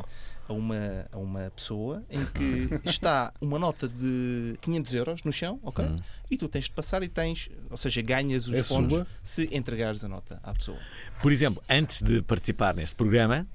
D: a uma, a uma pessoa em que
B: *laughs*
D: está uma nota de 500 euros no chão, ok? E tu tens de passar e tens, ou seja, ganhas os
B: É
D: pontos
B: sua?
D: se entregares a nota à pessoa.
A: Por exemplo, antes de participar neste programa,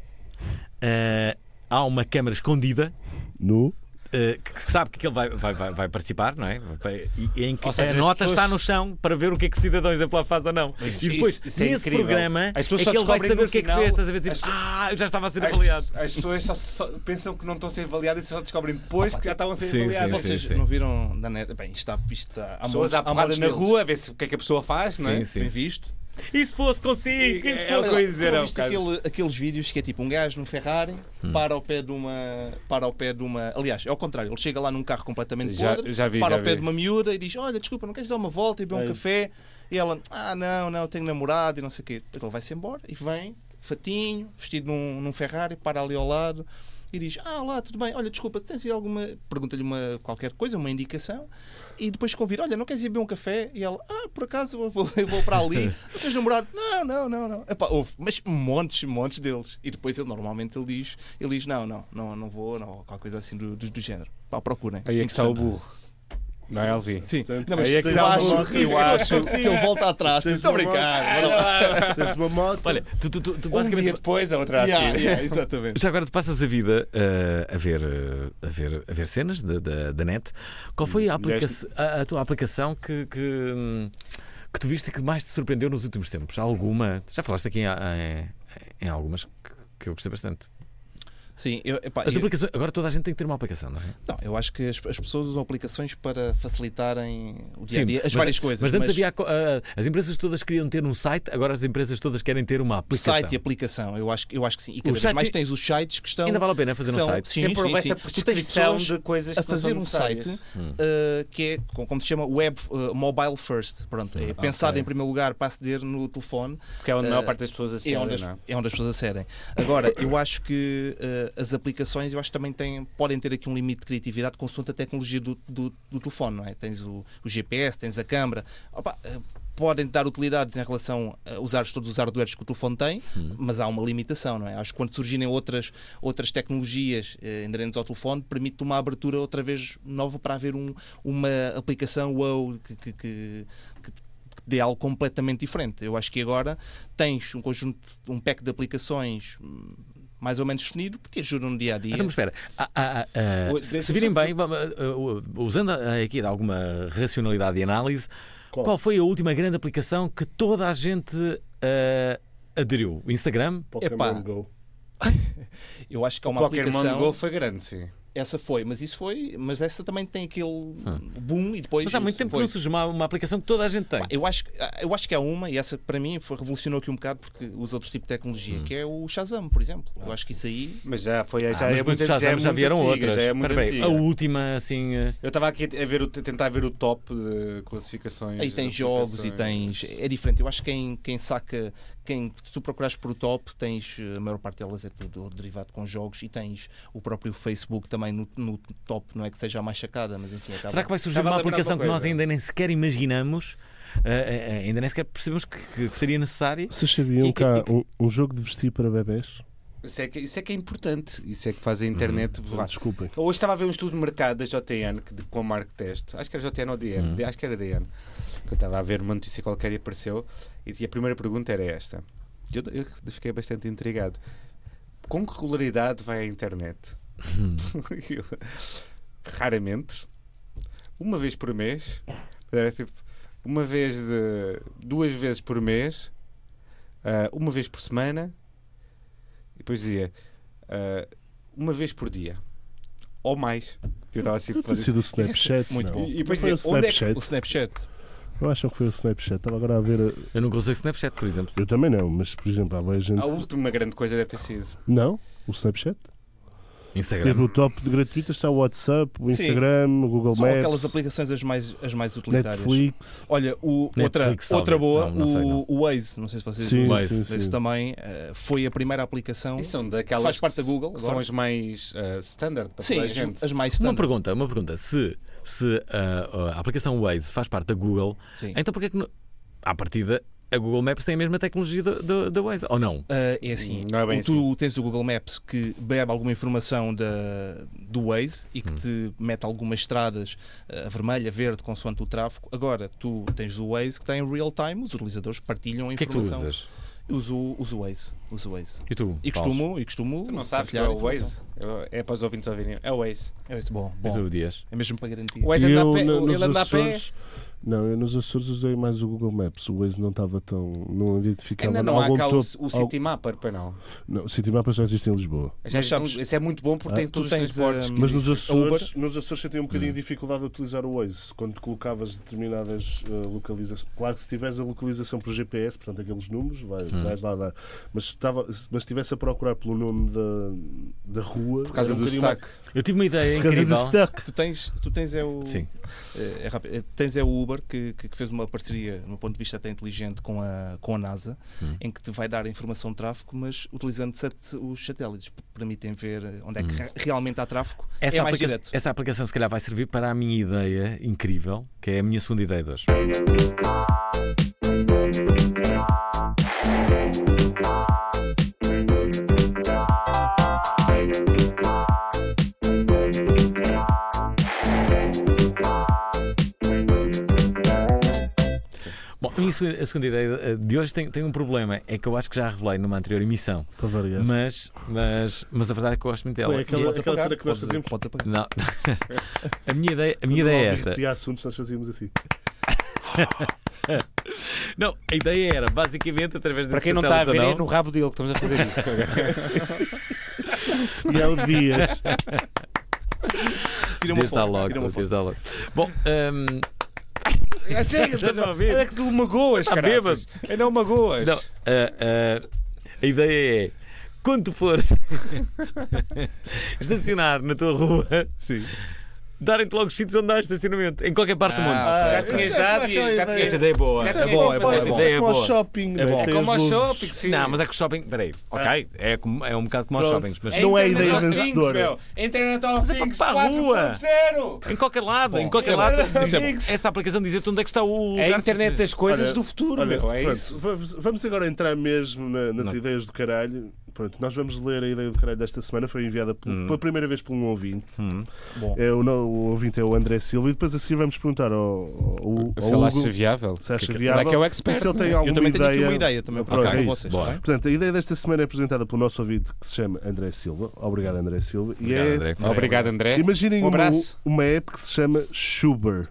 A: eh, há uma câmara escondida
B: No.
A: eh, que que sabe que ele vai, vai, vai, vai participar, não é? Vai- E, em que
C: Ou seja,
A: a
C: as
A: nota
C: pessoas-
A: está no chão para ver o que é que o cidadão exemplar faz ou não.
C: Isso-
A: e depois,
C: isso- isso é
A: nesse
C: incrível.
A: programa, é
C: As pessoas
A: que
C: só
A: ele vai
C: descobrem
A: saber
C: no
A: o que é que
C: final,
A: fez. Estás a ver, tipo,
C: as-
A: ah, eu já estava a ser avaliado.
C: As, as pessoas só, só pensam que não estão a ser avaliadas e só descobrem depois que já estavam a ser
A: Sim, sim,
C: avaliadas.
A: sim.
D: Vocês não viram na net? Bem, isto está, isto está há
C: Pessoas
D: montes-
C: à
D: há
C: porrada
D: montes
C: na
D: deles.
C: rua a ver se, o que é que a pessoa faz, não é?
A: Sim, sim,
D: Tens
A: sim.
D: visto?
A: E se fosse consigo? E se
C: É o
A: fosse...
C: que eu ia dizer,
D: Tu
C: é um
D: viste
C: bocado.
D: aquele- aqueles vídeos que é tipo um gajo num Ferrari
C: Hum.
D: para ao pé de uma. Para ao pé de uma. Aliás, é ao contrário, ele chega lá num carro completamente
C: Já-
D: podre,
C: já vi,
D: para
C: já
D: ao pé
C: vi. É
D: de uma miúda e diz: Olha, desculpa, não queres dar uma volta e beber um café? E ela, ah, não, não, tenho namorado e não sei o quê. Depois ele vai-se embora e vem, fatinho, vestido num, num Ferrari, para ali ao lado e diz: Ah, olá, tudo bem? Olha, desculpa, tens aí alguma. Pergunta-lhe uma, qualquer coisa, uma indicação e depois convida: Olha, não queres ir beber um café? E ela, ah, por acaso eu vou, eu vou para
C: *laughs*
D: ali. Não tens namorado? Não, não, não, não. Epá, houve, mas montes, montes deles. E depois ele normalmente ele diz: ele diz Não, não, não, não vou, não, ou qualquer coisa assim do, do, do género. Pá, procurem.
C: Aí é que está o
D: Interessante.
C: burro. Não é, Alvi?
D: Sim,
B: Portanto,
D: não, mas
C: aí é que
D: eu,
C: dá uma
D: acho,
B: nota.
D: eu acho que assim. ele volta atrás.
B: Tens
D: Estou a
B: uma
D: brincar. bora lá.
B: Tens uma moto.
A: Olha, tu, tu, tu, tu
C: Um
A: basicamente...
C: dia depois, a outra assim. a
D: Yeah,
C: seguir. *laughs*
D: yeah, exatamente.
A: Já agora tu passas a vida eh, a, ver, eh, a, ver, a ver cenas da- da da net. Qual foi
D: Hum,
A: a, aplica- a- a tua aplicação que, que, hum, que tu viste que mais te surpreendeu nos últimos tempos? Há Alguma? Já falaste aqui em, em- em algumas que, que eu gostei bastante.
D: Sim, eu, epá,
A: As
D: eu-
A: aplicações, agora toda a gente tem que ter uma aplicação, não é?
D: não, eu acho que as, as pessoas usam aplicações para facilitarem o dia a dia, as várias coisas.
A: Mas antes havia a co- a- as empresas todas queriam ter um site, agora as empresas todas querem ter uma aplicação.
D: Site e aplicação, eu acho, que- eu acho que sim. E cada vez
A: site-
D: mais tens os sites que estão.
A: Ainda vale a pena fazer um
D: são-
A: site?
D: Sim,
C: Sempre
D: sim,
C: houve
D: sim.
C: essa
D: Tu tens
C: prescrição
D: pessoas
C: de coisas
D: a
C: que não são
D: fazer um
C: necessárias.
D: site uh, que é, co- como se chama, web uh, mobile first. Pronto, é pensado em primeiro lugar para aceder no telefone.
C: Porque é onde a
D: Uh,
C: maior parte das pessoas acedem,
D: É onde, as,
C: não é?
D: é onde as pessoas acerem. Agora, eu acho que uh, as aplicações eu acho que também têm, podem ter aqui um limite de criatividade consoante a tecnologia do, do, do telefone, não é? Tens o, o GPS, tens a câmara. Opa, uh, podem dar utilidades em relação a usar todos os hardwares que o telefone tem,
C: Uhum.
D: mas há uma limitação, não é? Acho que quando surgirem outras, outras tecnologias eh, inerentes ao telefone, permite uma abertura outra vez nova para haver um- uma aplicação wow que- que- que- que de algo completamente diferente. Eu acho que agora tens um conjunto, um pack de aplicações hum, mais ou menos definido que te ajudam no dia a dia.
A: Então, mas espera, Ah, ah, ah,
C: Oi,
A: se-
C: deixa-me
A: se virem
C: só
A: bem, vamos, ah, ah, usando ah, aqui de alguma racionalidade e análise, qual?
B: Qual?
A: foi a última grande aplicação que toda a gente ah, aderiu? O Instagram?
B: Pokémon
D: Epá.
B: Go.
D: *laughs* Eu acho que há
C: O
D: uma
C: Pokémon
D: aplicação.
C: Go foi grande, sim.
D: Essa foi, mas isso foi, mas essa também tem aquele
C: Ah.
D: boom e depois.
A: Mas há muito tempo que
D: foi.
A: não surge uma, uma aplicação que toda a gente tem.
D: Pá, Eu acho, que- eu acho que há uma, e essa para mim foi, revolucionou aqui um bocado porque os outros tipos de tecnologia,
C: Hum.
D: que é o Shazam, por exemplo.
C: Ah.
D: Eu acho que isso aí
C: Mas já foi.
A: Ah,
C: Já,
A: mas
C: é
A: depois
C: muito,
A: do Shazam já,
C: muito
A: vieram
C: antiga,
A: outras.
C: já é muito
A: Espera aí,
C: antiga.
A: a última, assim. ah,
C: Eu estava aqui a, ver o- a tentar ver o top de classificações.
D: Aí tens
C: de
D: jogos e
C: aplicações.
D: tens. É diferente. Eu acho que quem, quem saca. Quem, se tu procurares por top, tens. eh, A maior parte delas é tudo derivado com jogos e tens o próprio Facebook também no, no top. Não é que seja a mais sacada, mas enfim. Acaba...
A: Será que vai surgir
C: Tá Estava a
A: uma
C: lembrar
A: aplicação
C: uma
A: que nós
C: coisa.
A: ainda nem sequer imaginamos, ah, ah, ah, ainda nem sequer percebemos que, que- que seria necessária?
B: Vocês sabiam
A: E que-
B: que há um, um jogo de vestir para bebés?
C: Isso é, que, isso é que é importante. Isso é que faz a internet
B: Uhum.
C: voar.
B: Desculpem.
C: Hoje estava a ver um estudo de mercado da JN que, de- com a Mark Test. Acho que era JN ou DN. de- Acho que era DN. Que eu estava a ver uma notícia qualquer e apareceu. E a primeira pergunta era esta. Eu, eu fiquei bastante intrigado. Com que regularidade vai à internet? *laughs* Eu, Raramente. Uma vez por mês. Era tipo, uma vez de. duas vezes por mês. ah, uma vez por semana. E depois dizia. ah, uma vez por dia. Ou mais. Eu estava assim a
B: Deve ter
C: fazer.
B: sido o Snapchat.
D: Muito
B: não.
D: bom.
C: Tipo, E, e depois
B: Foi o
C: dizia, onde é que.
B: Snapchat.
D: O Snapchat.
B: Eu acho que foi o Snapchat. Estava agora a ver. a-
A: Eu nunca usei Snapchat, por exemplo.
B: Eu também não, mas por exemplo, há boa gente.
C: A última grande coisa deve ter sido.
B: Não? O Snapchat? Teve
A: Instagram.
B: no top de gratuitas está o WhatsApp, o
D: Sim.
B: Instagram, o Google
D: São aquelas
B: Maps,
D: aplicações as mais, as mais utilitárias.
B: Netflix.
D: Olha, o-
A: Netflix,
D: outra,
A: talvez.
D: outra boa,
A: Não, não sei, não.
D: o, o Waze, não sei se vocês
B: Sim,
D: usam.
A: Waze.
B: sim, sim.
D: Esse também eh, foi a primeira
A: é
D: aplicação.
A: um
C: E são daquelas.
D: Faz parte
C: que
D: da Google
C: São
D: agora?
C: as mais eh, standard para
D: Sim,
C: toda a
D: as,
C: gente.
D: as mais
A: Uma
D: standard.
A: pergunta, uma pergunta. Se, se ah, a aplicação Waze faz parte da Google,
D: Sim.
A: então porquê que, no... à partida, a Google Maps tem a mesma tecnologia da- da da Waze? Ou Hum, não?
D: Ah, é assim,
C: Não é bem
D: o- tu tens o Google Maps que bebe alguma informação da, do Waze e
A: Hum.
D: que te mete algumas estradas ah, vermelha, verde, consoante o tráfego. Agora, tu tens o Waze que está em real time, os utilizadores partilham a
A: O que é que tu
D: informação.
A: usas?
D: Uso, uso o Waze. Uso o Waze.
A: E tu?
D: E
A: Paulo?
D: costumo, e costumo
C: Tu não sabes que é
D: partilhar
C: o Waze?
D: informação.
C: É é para os ouvintes ouvirem. É o Waze.
D: É isso, bom,
A: Mas
D: bom.
A: o Dias.
D: É mesmo para garantir.
C: O Waze
B: E
C: anda a
B: eu
C: pé.
B: na-
C: Ele
B: nos
C: anda a pé.
B: Açores. Não, eu nos Açores usei mais o Google Maps. O Waze não estava tão. Não identificava
C: Ainda não há
B: algum
C: cá o,
B: topo-
C: o City Mapper, para não.
B: al- Não, o City Mapper só existe em Lisboa.
C: Já
D: Mas sabes-
C: isso é muito bom porque
B: Ah,
C: tem
D: tu
C: todos
D: tens,
C: os transportes.
D: hum,
C: que
B: Mas nos
C: existem.
B: Açores, nos Açores eu tenho um bocadinho de dificuldade de utilizar o Waze quando colocavas determinadas eh, localizações. Claro que se tiveres a localização por GPS, portanto aqueles números, vai, vais lá dar. Mas se tava- se mas estivesse a procurar pelo nome da, da rua,
C: Por causa
B: era um
C: do
B: bocadinho mais-
C: sotaque.
A: Eu tive uma ideia
B: Por causa do
A: incrível.
B: sotaque.
D: Tu tens, tu tens é o.
A: Sim.
D: É, é rápido. É, Tens é o Uber que, que- que fez uma parceria, no ponto de vista até inteligente, com a, com a NASA, em que te vai dar informação de tráfego, mas utilizando sat- os satélites, p- permitem ver onde é que re- realmente há tráfego.
A: Essa,
D: é mais
A: aplica-
D: direto.
A: essa aplicação, se calhar, vai servir para a minha ideia incrível, que é a minha segunda ideia de hoje. Bom, a minha segunda, a segunda ideia eh, de hoje tem, tem um problema, é que eu acho que já a revelei numa anterior emissão,
B: Para variar.
A: mas, mas, mas a verdade é que eu gosto muito dela.
B: Foi aquela,
D: Podes
B: aquela
D: apagar,
B: cena que nós
D: podes-
B: fazíamos.
D: podes apagar.
A: Não. *laughs* A minha ideia, a minha ideia é esta.
B: E há assuntos nós fazíamos assim.
A: Não, a ideia era basicamente através
C: Para
A: desse
C: quem não está a ver,
A: satélite
C: é
A: ou
C: no rabo dele que estamos a fazer isto.
B: E há o Dias.
D: Tira uma
A: Desde há
D: foto.
A: logo,
D: tira uma foto.
A: desde há logo. Bom, hum,
C: Ah, Chega,
A: Já não há medo.
C: é que tu magoas,
A: Está
C: cara.
A: bêbado.
C: É não magoas.
A: não, ah, ah, a ideia é quando tu fores *laughs* estacionar na tua rua,
D: Sim.
A: darem-te logo os sítios onde há estacionamento, em qualquer parte do mundo.
C: Já tinhas dado e já tinhas
A: Esta ideia é boa.
C: Ah, Esta
A: Esta
C: é boa, é boa, é
A: ideia
C: boa.
A: é boa.
B: shopping.
D: É bom.
B: Tem
C: Como
B: as
C: ao
B: luzes.
C: shopping, sim.
A: Não, mas é que o shopping. Peraí,
C: Ah.
A: ok, é, como- é um bocado como aos
B: Pronto.
A: shoppings, mas
B: É Não ideia
C: Internet of
B: vencedora.
C: Things, meu. Internet of
A: é para-
C: Things
A: para a rua.
C: 4.0.
A: é em qualquer lado, em qualquer
C: é
A: lado,
C: bom. Isso é bom.
A: essa aplicação dizer-te onde é que está o lugar
C: É a
A: que
C: internet das coisas do futuro,
B: Olha,
C: meu. É
B: pronto,
C: isso.
B: Vamos, vamos agora entrar mesmo na- nas
A: Não.
B: ideias do caralho. Pronto, nós vamos ler a ideia do caralho desta semana. Foi enviada pelo- pela primeira vez por um ouvinte.
D: Bom.
B: É, o, no- o ouvinte é o André Silva. E depois a seguir vamos perguntar ao, ao, ao
C: Se ele acha
B: Hugo
C: viável.
B: se acha
C: Que- que-
B: viável.
C: Ele é que é o expert.
B: e se ele tem
C: né?
B: alguma
D: Eu também tenho
B: ideia.
D: aqui uma ideia também para
B: Pronto,
D: ficar
B: é
D: com
B: isso.
D: vocês.
A: Bora.
D: tá bem?
B: Portanto, a ideia desta semana é apresentada pelo nosso ouvinte que se chama André Silva. Obrigado, André Silva. E é-
A: André.
C: Obrigado, André.
B: Imaginem
C: Um
B: uma,
C: abraço.
B: uma app que se chama Schuber.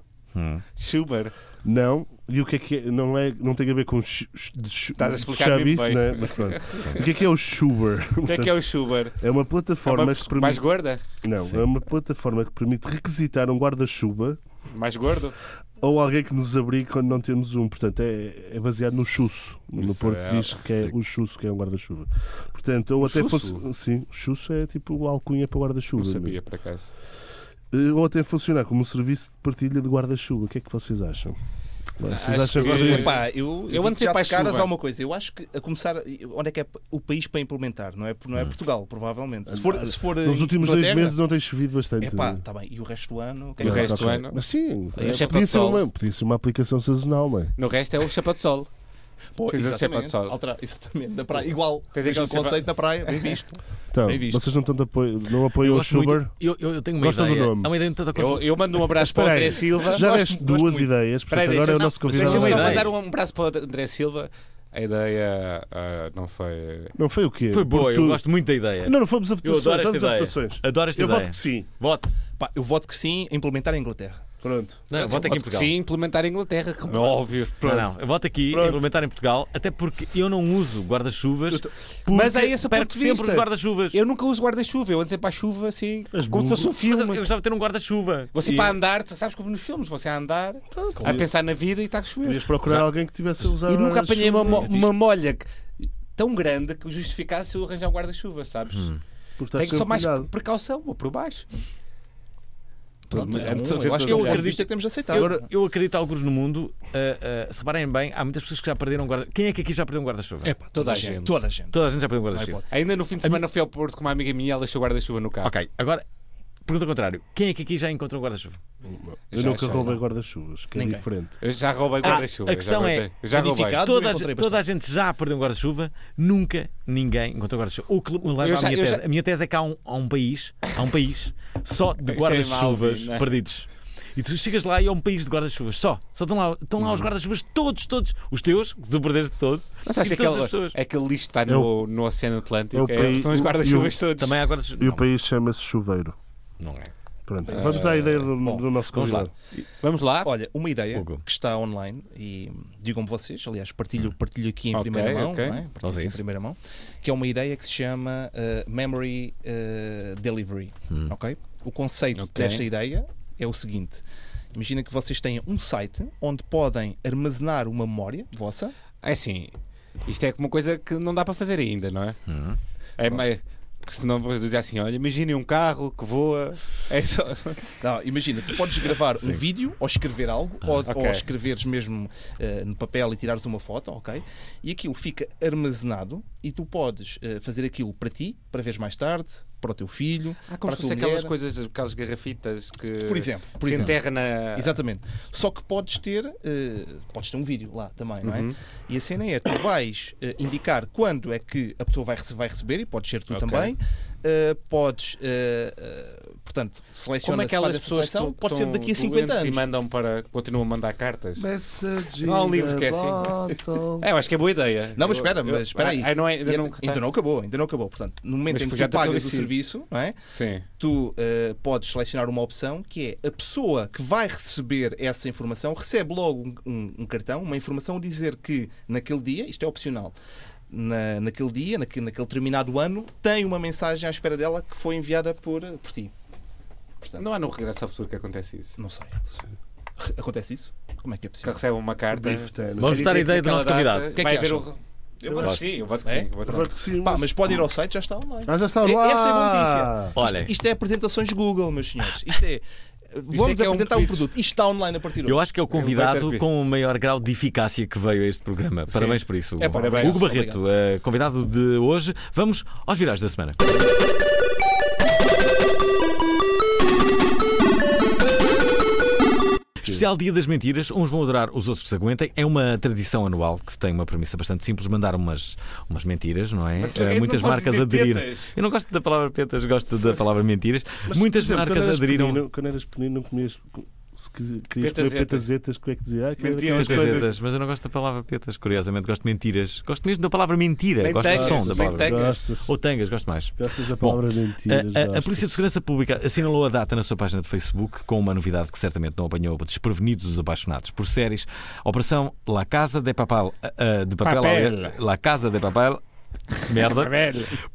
C: Schubert.
B: Não, e o que é que é? Não, é, não tem a ver com chu- chu- de chu-
C: Estás a explicar
B: chavice,
C: mesmo bem.
B: né?
C: *laughs*
B: Mas pronto. O que é que é o Schuber?
C: O que é que é o Schubert?
B: É uma plataforma
C: mais,
B: que permite.
C: mais gorda?
B: Não, é uma plataforma que permite requisitar um guarda-chuva
C: Mais gordo?
B: ou alguém que nos abrigue quando não temos um. Portanto, é, é baseado no chusso. No
C: Isso
B: Porto
C: é-
B: diz que é o chusso que é um guarda-chuva. Portanto, ou até
C: chusso?
B: fosse. Sim, chusso é tipo alcunha para guarda-chuva. é?
C: Não sabia, por acaso.
B: Eh, Ou até funcionar como um serviço de partilha de guarda-chuva. O que é que vocês acham? Vocês
C: Acho
B: acham
C: que- é
B: vocês-
C: Sim.
D: Epá, eu,
C: Eu
D: eu
C: ando
D: ando
C: sempre
D: já
C: à
D: de caras
C: chuva.
D: há uma coisa. Eu acho que a começar, onde é que é o país para implementar? Não é, não é Portugal, provavelmente. Se for, se for
B: Nos últimos dois
D: Inglaterra,
B: meses não tem chovido bastante.
D: Epá, está bem. E o é resto do ano?
C: E o resto do ano?
B: Mas sim,
C: E o
B: é,
C: chapéu
B: podia,
C: de
B: ser
C: sol?
B: uma, podia ser uma aplicação sazonal, não é?
C: No resto é o chapéu de sol.
D: Pô,
C: Precisa de chapéu de
D: exatamente.
C: sol.
D: Alterar, *laughs* exatamente. Da praia. Igual.
C: Tens
D: Mesmo
C: aquele chapéu-
D: conceito da praia. Bem visto.
B: Então,
D: Bem visto.
B: vocês não, estão de apoio, não
A: Eu
B: apoiam o
A: gosto muito-
B: Schuber?
A: Eu, eu- eu tenho uma
B: Gostam do
A: ideia.
B: nome?
A: É uma ideia tanta quanto.
C: Eu, eu mando um abraço para o
B: Espera aí.
C: André Silva.
B: Já
D: gosto-
B: deste
D: gosto
B: duas
D: muito.
B: ideias,
C: Espera aí,
B: portanto agora é o
C: deixa-
B: nosso
C: não,
B: convidado.
A: deixa-me
C: Deixa-me
A: é
C: só
A: uma
C: mandar
A: ideia.
C: um abraço para o André Silva. A ideia ah, não foi.
B: Não foi o quê?
A: Foi boa,
B: Porque tu-
A: eu gosto muito da ideia.
B: Não, não fomos a
A: eu
B: votações.
A: adoro esta
B: vamos a
A: ideia.
B: votações.
A: Adoro esta
B: Eu
A: ideia.
B: voto que sim.
A: Vote.
D: Pá, eu voto que sim, a implementar a Inglaterra.
B: Pronto.
A: Não, eu voto aqui em Portugal.
C: Sim, implementar a Inglaterra, como é óbvio.
A: Não, não, eu voto aqui,
B: Pronto.
A: implementar em Portugal, até porque eu não uso guarda-chuvas, porque
C: Mas é esse o
A: perco
C: ponto de
A: sempre os
C: vista.
A: guarda-chuvas.
C: Eu nunca uso guarda-chuva, eu ando sempre para a chuva assim,
B: Mas
C: como se
B: burro.
C: fosse um
A: Mas eu-
C: filme.
A: eu gostava de ter um guarda-chuva.
C: Você
A: E-
C: para andar, sabes como nos filmes, você a andar, a
B: claro.
C: pensar na vida e está a chover.
B: Podias procurar alguém que tivesse a usar
C: E nunca
B: as
C: apanhei uma,
B: chuvas,
C: mo- uma molha que- tão grande que justificasse eu arranjar um guarda-chuva, sabes?
B: porque estás
C: Tenho só
B: sempre
C: mais
B: molhado.
C: precaução, vou por baixo.
D: Pronto,
C: Mas
D: é um,
C: antes de ser
D: eu acho que
A: eu
D: é um ponto de
A: acredito-
D: vista que temos de aceitar.
A: Eu, eu acredito alguns no mundo, ah, ah, se reparem bem, há muitas pessoas que já perderam guarda Quem é que aqui já perdeu um guarda-chuva?
D: É pá, toda,
C: Toda
D: a
C: a
D: gente.
C: gente.
D: Toda a gente.
A: Toda a gente já perdeu um
D: Não há
A: guarda-chuva.
D: hipótese.
C: Ainda no fim de semana fui ao Porto com uma amiga minha e ela deixou o guarda-chuva no carro.
A: Ok, agora, pergunta ao contrário: quem é que aqui já encontrou um guarda-chuva?
B: Eu
C: Já,
B: nunca
C: já,
B: roubei
C: já.
B: guarda-chuvas, que é
D: Ninguém.
B: diferente.
C: Eu já roubei guarda-chuva.
A: a questão
C: já
A: é,
C: roubei. Eu já roubei.
D: edificado? Dados eu
A: Toda, a,
D: encontrei
A: gente- toda a
D: bastante.
A: gente já perdeu um guarda-chuva, nunca ninguém encontrou um guarda-chuva. O que me leva
C: Eu
A: à
C: já-
A: minha
C: eu
A: tese.
C: já-
A: A minha tese é que há um, há um país, há um país só de
C: *laughs* é
A: guarda-chuvas
C: mau, né?
A: perdidos. E tu chegas lá e é um país de guarda-chuvas só. Só estão lá, estão lá os guarda-chuvas todos, todos. Os teus, que tu perdeste todo.
C: Não sabes
A: e
C: que
A: todas as
C: aquele, é
A: pessoas.
C: aquele lixo que está no, no Oceano Atlântico?
B: Eu
C: é,
B: pe-
C: são os
B: eu-
C: guarda-chuvas todos.
A: Também há guarda-chuvas.
B: E o país chama-se Chuveiro.
A: Não, não é.
B: Pronto. Vamos à ideia do,
D: bom,
B: do nosso
A: vamos lá.
B: convidado.
C: Vamos lá?
D: Olha, uma ideia
A: Hugo.
D: que está online e digam-me vocês, aliás, partilho, partilho aqui em
C: Ok,
D: primeira mão,
C: ok.
D: não é? Partilho
A: Vamos a
D: aqui em
A: isso.
D: primeira mão, que é uma ideia que se chama eh, Memory eh, Delivery, ok? O conceito
C: Ok.
D: desta ideia é o seguinte. Imagina que vocês têm um site onde podem armazenar uma memória vossa.
C: É assim, isto é uma coisa que não dá para fazer ainda, não é?
B: Hum.
C: É meio. Porque senão vou dizer assim: olha, imaginem um carro que voa. É só.
D: Não, imagina, tu podes gravar um vídeo ou escrever algo, ou,
C: Ah, ok.
D: ou escreveres mesmo eh, no papel e tirares uma foto, ok? E aquilo fica armazenado e tu podes eh, fazer aquilo para ti, para veres mais tarde, para o teu filho,
C: Ah, como
D: para a
C: se
D: tua
C: fosse
D: mulher.
C: aquelas coisas, aquelas garrafitas que.
D: Por exemplo, por
C: se
D: exemplo.
C: enterra na.
D: Exatamente. Só que podes ter, eh, podes ter um vídeo lá também, não é?
C: Uhum.
D: E a cena é, tu vais eh, indicar quando é que a pessoa vai, rece- vai receber, e podes ser tu
C: Ok.
D: também. eh, podes, eh, eh, portanto, seleciona
C: Como
D: se faz
C: aquelas
D: essa
C: pessoas que
D: seleção,
C: estão,
D: pode ser daqui a
C: estão
D: 50
C: doentes
D: anos.
C: E mandam para. continuam a mandar cartas.
B: Messaging
C: Não há um livro que é assim.
B: assim.
C: É, eu acho que é boa ideia.
D: Não, mas
C: Eu-
D: espera,
C: eu-
D: mas espera aí.
C: Ah, não é- ainda,
D: E
C: não,
D: ainda não acabou, ainda não acabou. Portanto, no momento
C: Mas
D: em que
C: já
D: tu
C: está
D: pagas o
C: estabelecido.
D: serviço, não é?
C: Sim.
D: tu eh, podes selecionar uma opção que é a pessoa que vai receber essa informação recebe logo um, um- um cartão, uma informação a dizer que naquele dia, isto é opcional, na, naquele dia, naque- naquele determinado ano, tem uma mensagem à espera dela que foi enviada por, eh, por ti. Portanto,
C: Não há no regresso ao futuro que acontece isso.
D: não sei. Acontece isso? Como é que é
C: Que
D: possível?
C: recebem uma carta.
B: Bife, tá, não
A: Vamos
C: dizer
A: dar a
C: que
A: ideia do
C: aquela
A: nosso
C: data
A: convidado.
D: O que é
C: vai
D: que
C: haver
D: acham?
C: o- Eu voto que sim, eu voto que
D: É?
C: sim. eu voto que
B: Agora que sim,
D: Pá,
B: mas-
D: mas pode ir ao site, já está online.
B: Ah, já está
D: E-
B: lá.
D: Essa é
C: "Ah!"
D: a boa notícia.
A: Olha.
D: Isto, isto é apresentações Google, meus senhores. Isto é. Vamos
C: que é um
D: apresentar um,
C: pitch.
D: produto. Isto está online a partir de
A: Eu
D: hoje.
A: acho que é o
C: Eu vou
A: convidado
C: ter-
A: com o maior grau de eficácia que veio a este programa. Parabéns por isso. Hugo.
D: É, parabéns.
A: Hugo Barreto, eh, convidado de hoje. Vamos aos virais da semana. Especial Dia das Mentiras, uns vão adorar, os outros que se aguentem. É uma tradição anual que tem uma premissa bastante simples: mandar umas, umas mentiras, não é?
C: Mas tu
A: Eh,
C: não
A: muitas
C: podes
A: marcas
C: dizer
A: aderiram.
C: petas.
A: Eu não gosto da palavra petas, gosto da palavra mentiras. muitas
B: Por exemplo, quando
A: marcas
B: eras
A: aderiram.
B: Pequenino, quando eras pequenino, não comias. Se quis- querias
C: Petazetas.
B: comer petazetas, como é que dizia? Ah, queria-
C: Mentiam as
A: Petas,
C: coisas.
A: petas, mas eu não gosto da palavra petas, curiosamente, gosto de mentiras. Gosto mesmo da palavra mentira,
C: Nem
A: gosto do
C: tangas,
A: som da
C: nem
A: palavra.
C: tangas.
B: Gostas,
A: Ou tangas, gosto mais.
B: gostas da
A: Bom,
B: palavra mentiras.
A: A- a- a,
B: gostas.
A: Polícia de Segurança Pública assinalou a data na sua página de Facebook com uma novidade que certamente não apanhou desprevenidos os apaixonados por séries. Operação La Casa de Papel. ah, ah, de papel,
C: Papel.
A: aliás, La Casa de Papel. Merda.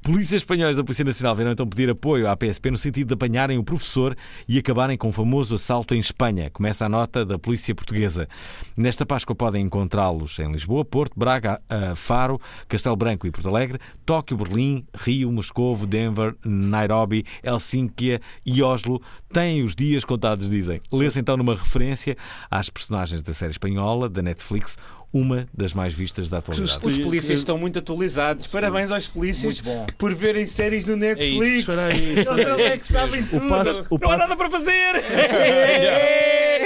A: Polícias espanhóis da Polícia Nacional vieram então pedir apoio à PSP no sentido de apanharem o professor e acabarem com o famoso assalto em Espanha. Começa a nota da Polícia Portuguesa. Nesta Páscoa podem encontrá-los em Lisboa, Porto, Braga, ah, Faro, Castelo Branco e Porto Alegre, Tóquio, Berlim, Rio, Moscovo, Denver, Nairobi, Helsínquia e Oslo. Têm os dias contados, dizem. Lê-se então numa referência às personagens da série espanhola, da Netflix, uma das mais vistas da atualidade.
C: Os polícias estão muito atualizados. Parabéns aos polícias por verem séries no Netflix.
B: Espera aí.
C: *laughs* Eles é que sabem tudo.
B: O passo, o,
A: Não há
B: passo,
A: nada para
D: *laughs*
A: fazer!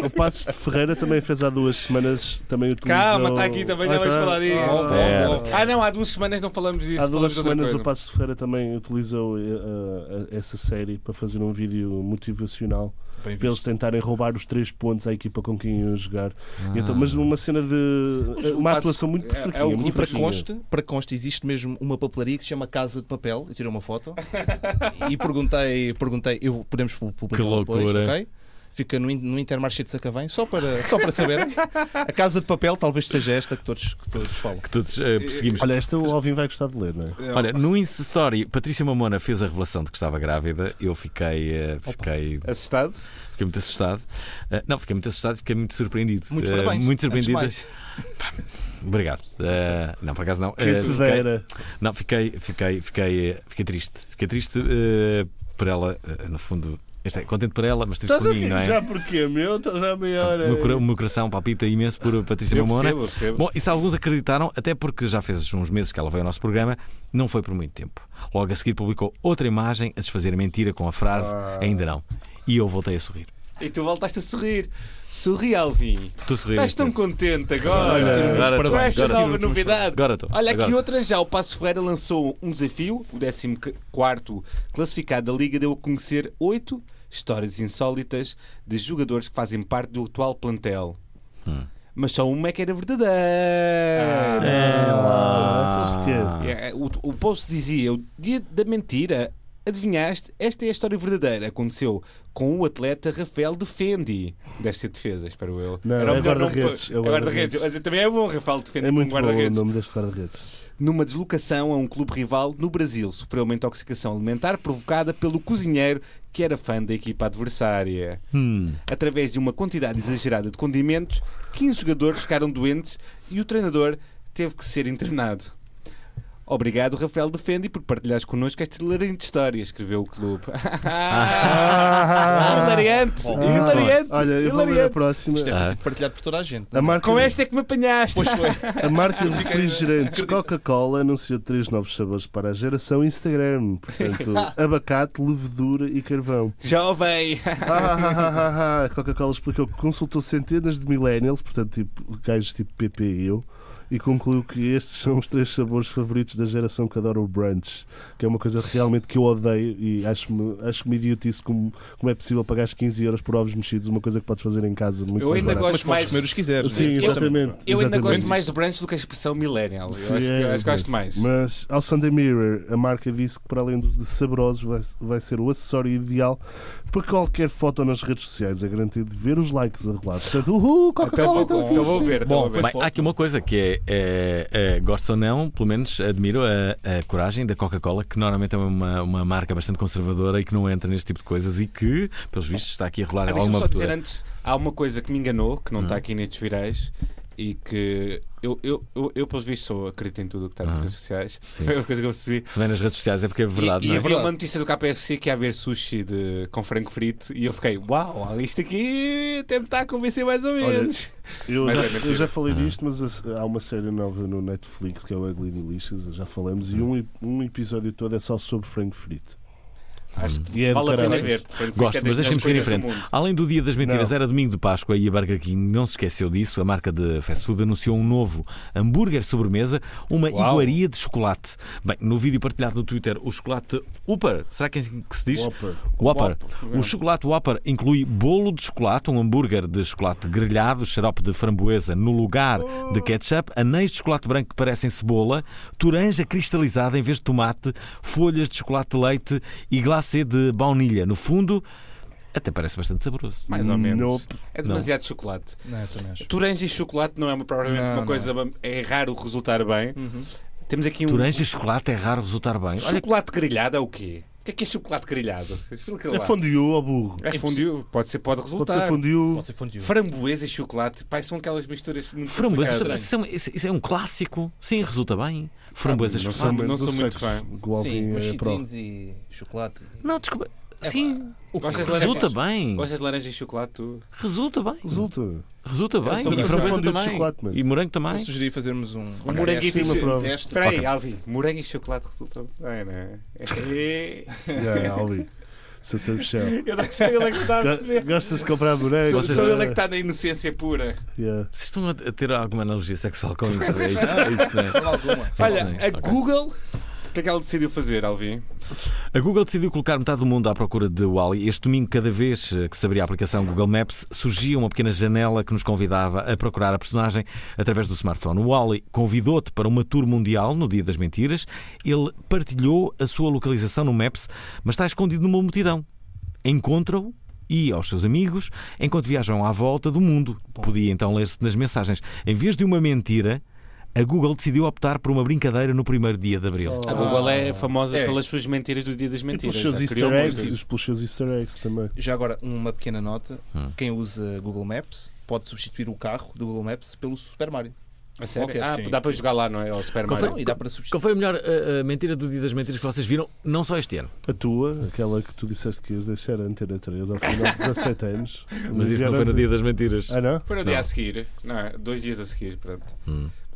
B: o Passos de Ferreira também fez há duas semanas. Também utilizou...
C: Calma, está aqui também, já
B: Ah,
C: vamos
B: tá.
C: falar disso.
B: Ah,
D: bom,
B: é.
D: bom.
C: Ah, não, há duas semanas não falamos disso.
B: Há
C: falamos
B: duas
C: de outra
B: semanas o
C: coisa.
B: Passos de Ferreira também utilizou eh, eh, essa série para fazer um vídeo motivacional
D: Bem
B: para eles tentarem roubar os três pontos à equipa com quem iam jogar. E então, mas uma cena de.
C: Ah. o
B: Uma
C: Passos-
B: atuação muito
C: é- é
B: fraquinha.
C: o-
B: muito
D: E para
B: fraquinha.
D: conste, para conste, existe mesmo uma papelaria que se chama Casa de Papel. Eu tirei uma foto e perguntei, perguntei eu, podemos publicar
A: Que loucura.
D: depois, ok? fica no, in- no Intermarché de Sacavém, só para, só para saberem. A Casa de Papel talvez seja esta que todos, que todos falam.
A: que todos eh, perseguimos.
B: Olha, esta o Alvin vai gostar de ler, não é?
A: Olha, no Insta Story, Patrícia Mamona fez a revelação de que estava grávida. Eu fiquei, eh, fiquei,
C: Assustado?
A: fiquei muito assustado. Eh, não, fiquei muito assustado e fiquei muito surpreendido.
D: Muito
A: Eh,
D: parabéns.
A: Muito
D: antes de
A: surpreendido.
D: mais.
A: Obrigado. Eh, não, por acaso não.
B: Que
A: Eh, fiquei,
B: pedera.
A: não, fiquei, fiquei, fiquei, eh, fiquei triste. Fiquei triste eh, por ela, eh, no fundo. Este é, contente por ela, mas triste
B: Estás
A: por
B: a
A: mim,
B: ver?
A: não é?
B: Já porquê, meu? Estás já meia
A: O
B: hora.
A: meu, cora- o meu coração palpita imenso por Patrícia
C: Eu
A: Mamona.
C: percebo, eu percebo.
A: Bom, e se alguns acreditaram, até porque já fez uns meses que ela veio ao nosso programa, não foi por muito tempo. Logo a seguir publicou outra imagem a desfazer a mentira com a frase
C: Ah.
A: ainda não. E eu voltei a sorrir.
C: E tu voltaste a sorrir. Sorri, Alvin.
A: Tu
C: Estás
A: sorriste.
C: tão contente agora.
A: Olha,
C: Tiro-me os
A: agora
C: parabéns.
A: tô,
C: esta
A: agora
C: nova
A: tiro-me os
C: novidade.
A: Agora estou.
C: Olha, aqui
A: Agora.
C: outra já. O Passo Ferreira lançou um desafio. O 14 classificado da Liga deu a conhecer oito histórias insólitas de jogadores que fazem parte do atual plantel.
A: Hum.
C: Mas só uma é que era verdadeira.
B: É lá.
C: É, O, o post dizia: o dia da mentira. Adivinhaste? Esta é a história verdadeira. Aconteceu com o atleta Rafael Defendi. Deve ser defesa, espero eu.
B: Não,
C: Era o
B: é
C: melhor nome
B: guarda-redes,
C: para-
B: é
C: é
B: o
C: guarda-redes.
B: guarda-redes.
C: Mas também é bom, Rafael Defendi,
B: É
C: como
B: muito bom o
C: guarda-redes.
B: nome deste guarda-redes.
C: Numa deslocação a um clube rival no Brasil, sofreu uma intoxicação alimentar provocada pelo cozinheiro que era fã da equipa adversária. Através de uma quantidade exagerada de condimentos, 15 jogadores ficaram doentes e o treinador teve que ser internado. Obrigado, Rafael Defendi, por partilhares connosco esta hilarante história, escreveu o clube. Ah, *laughs* hilariante! Hilariante!
B: Olha, eu vou ler a
C: hilariante. é
B: próxima.
A: Ah.
D: Isto deve ser partilhado por toda a gente.
B: A marca,
C: Com esta é que me apanhaste!
D: Pois foi.
B: a marca de refrigerantes Coca-Cola anunciou três novos sabores para a geração Instagram. Portanto, abacate, levedura e carvão.
C: Jovem!
B: Ah, ah, ah, ah, ah. A Coca-Cola explicou que consultou centenas de millennials, portanto, tipo, gajos tipo PP e eu, e concluiu que estes são os três sabores favoritos da geração que adora o brunch, que é uma coisa realmente que eu odeio e acho-me acho -me idiotice como, como é possível pagar 15 euros por ovos mexidos, uma coisa que podes fazer em casa muito
C: Eu
B: mais
C: ainda gosto
B: barata.
D: Mas podes
C: mais-
D: comer os que quiseres.
B: Sim,
D: né?
C: eu-
B: exatamente.
C: Eu ainda
B: exatamente.
C: gosto mais do brunch do que a expressão millennial. Eu
B: Sim,
C: acho, que-
B: é,
C: eu acho que
B: é.
C: gosto mais.
B: Mas ao Sunday Mirror, a marca disse que para além de saborosos vai, vai ser o acessório ideal para qualquer foto nas redes sociais, é garantido ver os likes a rolar. Portanto, uhul,
C: Então
B: Coca-Cola, então,
C: vou, então vou ver. então
D: Bom,
C: vou ver.
A: Bem, há aqui uma coisa que é, é, é, gosto ou não, pelo menos admiro a, a coragem da Coca-Cola, que normalmente é uma, uma marca bastante conservadora e que não entra neste tipo de coisas e que, pelos vistos, está aqui a rolar
C: Ah, Deixa-me
A: alguma Ah.
C: só dizer
A: abertura.
C: antes, há uma coisa que me enganou, que não está aqui nestes virais, e que eu, eu, eu, eu pelos vistos, sou acredito em tudo o que está nas
A: Uhum.
C: redes sociais.
A: Sim.
C: Foi uma coisa que eu percebi.
A: Se vem nas redes sociais é porque é verdade.
C: e
A: não
C: e
A: é?
C: havia uma notícia do KPFC que ia haver sushi de, com frango frito e eu fiquei, uau, isto aqui até me está a convencer mais ou menos.
B: Eu
C: Mas
B: já,
C: é mentira.
B: eu já falei disto, mas há uma série nova no Netflix que é o Ugly Delicious, já falamos, e um, ep- um episódio todo é só sobre frango frito.
C: Acho que
B: E é de
C: vale a pena
B: caralho.
C: ver. Frango frito é
A: Gosto,
C: das
A: mas deixem-me seguir em
C: melhores
A: frente.
C: coisas do mundo.
A: Além do Dia das Mentiras,
B: Não.
A: era domingo de Páscoa e a Burger King não se esqueceu disso. A marca de fast food anunciou um novo hambúrguer sobremesa, uma
C: Uau.
A: iguaria de chocolate. Bem, no vídeo partilhado no Twitter, o chocolate Upper, será que é assim que se diz?
B: Whopper.
A: Whopper. O chocolate Whopper inclui bolo de chocolate, um hambúrguer de chocolate grelhado, xarope de framboesa no lugar de ketchup, anéis de chocolate branco que parecem cebola, toranja cristalizada em vez de tomate, folhas de chocolate de leite e glacê de baunilha. No fundo, até parece bastante saboroso.
C: Mais ou menos.
B: Nope.
C: É demasiado chocolate.
D: Não, eu também acho.
C: Toranja e chocolate não é uma, propriamente
D: Não,
C: uma
D: não
C: coisa. É raro resultar bem. Temos aqui um.
A: Toranja e chocolate é raro resultar bem. Olha,
C: Chocolate grelhado é o quê? O que é que é chocolate grelhado? Explica
B: É
C: lá.
B: fondue ao burro.
C: É fondue. Pode ser, pode
B: Pode
C: resultar.
B: ser fondue.
D: Pode ser fondue.
C: Framboesa e chocolate, pai, são aquelas misturas muito
A: framboesas,
C: complicadas.
A: isso é um- isso isso é um clássico. Sim, resulta bem. Framboesas,
C: não
A: chocolate.
C: sou- não sou muito fã.
B: O Alvin
D: mas
B: é pro.
D: chitrinhos e chocolate.
A: Não, desculpa. Sim, o que
C: Gostas de
A: resulta
C: laranjas?
A: bem.
C: Gostas de laranja e chocolate? tu?
A: Resulta bem.
C: *laughs*
B: Resulta.
A: Resulta bem.
D: sou
A: E
D: muito
A: framboesa
B: fã de
A: também.
B: chocolate, mano.
A: E morango
D: Eu
A: também.
D: sugeri fazermos um,
C: Um moranguito
B: sim, uma
C: e
B: prova.
D: teste.
C: Espera aí, Alvin. Morango e chocolate resulta bem, não é?
B: Já, Alvin. Seu Sabichão.
C: Eu não sei ele é que está a
B: Go-
C: perceber.
B: Gostas de comprar bonecos?
C: Sou, sou ele é que
B: tá-
C: está na inocência pura.
B: Yeah.
A: Vocês estão a a ter alguma analogia sexual com isso? É isso, é isso, não é?
D: Alguma.
C: Olha,
A: Sim,
C: a
A: ok.
C: Google, o que é que ela decidiu fazer, Alvin?
A: A Google decidiu colocar metade do mundo à procura de Wally. Este domingo, cada vez eh, que se abria a aplicação Google Maps, surgia uma pequena janela que nos convidava a procurar a personagem através do smartphone. O Wally convidou-te para uma tour mundial no Dia das Mentiras. Ele partilhou a sua localização no Maps, mas está escondido numa multidão. Encontram-o e aos seus amigos enquanto viajam à volta do mundo. Podia então ler-se nas mensagens. Em vez de uma mentira, a Google decidiu optar por uma brincadeira no primeiro dia de abril.
C: A Google é famosa pelas suas mentiras do dia das
B: E
C: mentiras.
B: pelos Tipo seus
C: já
B: easter
C: criou
B: eggs,
C: muitas.
B: e pelos seus easter eggs também.
D: Já agora, uma pequena nota: quem usa Google Maps pode substituir o carro do Google Maps pelo Super Mario.
C: A sério?
D: Qualquer,
C: ah,
D: sim,
C: dá para
D: sim.
C: jogar lá, não é? Ao Super
A: Qual
C: Mario.
D: Não, e dá para substituir.
A: Qual foi a melhor uh, uh, mentira do dia das mentiras que vocês viram? Não só este ano.
B: A tua, aquela que tu disseste que ias deixar a antena 3 ao final de 17 anos.
A: Mas isso não foi no dia das mentiras.
B: Ah, não?
C: Foi no dia a seguir. Não, é? dois dias a seguir, pronto.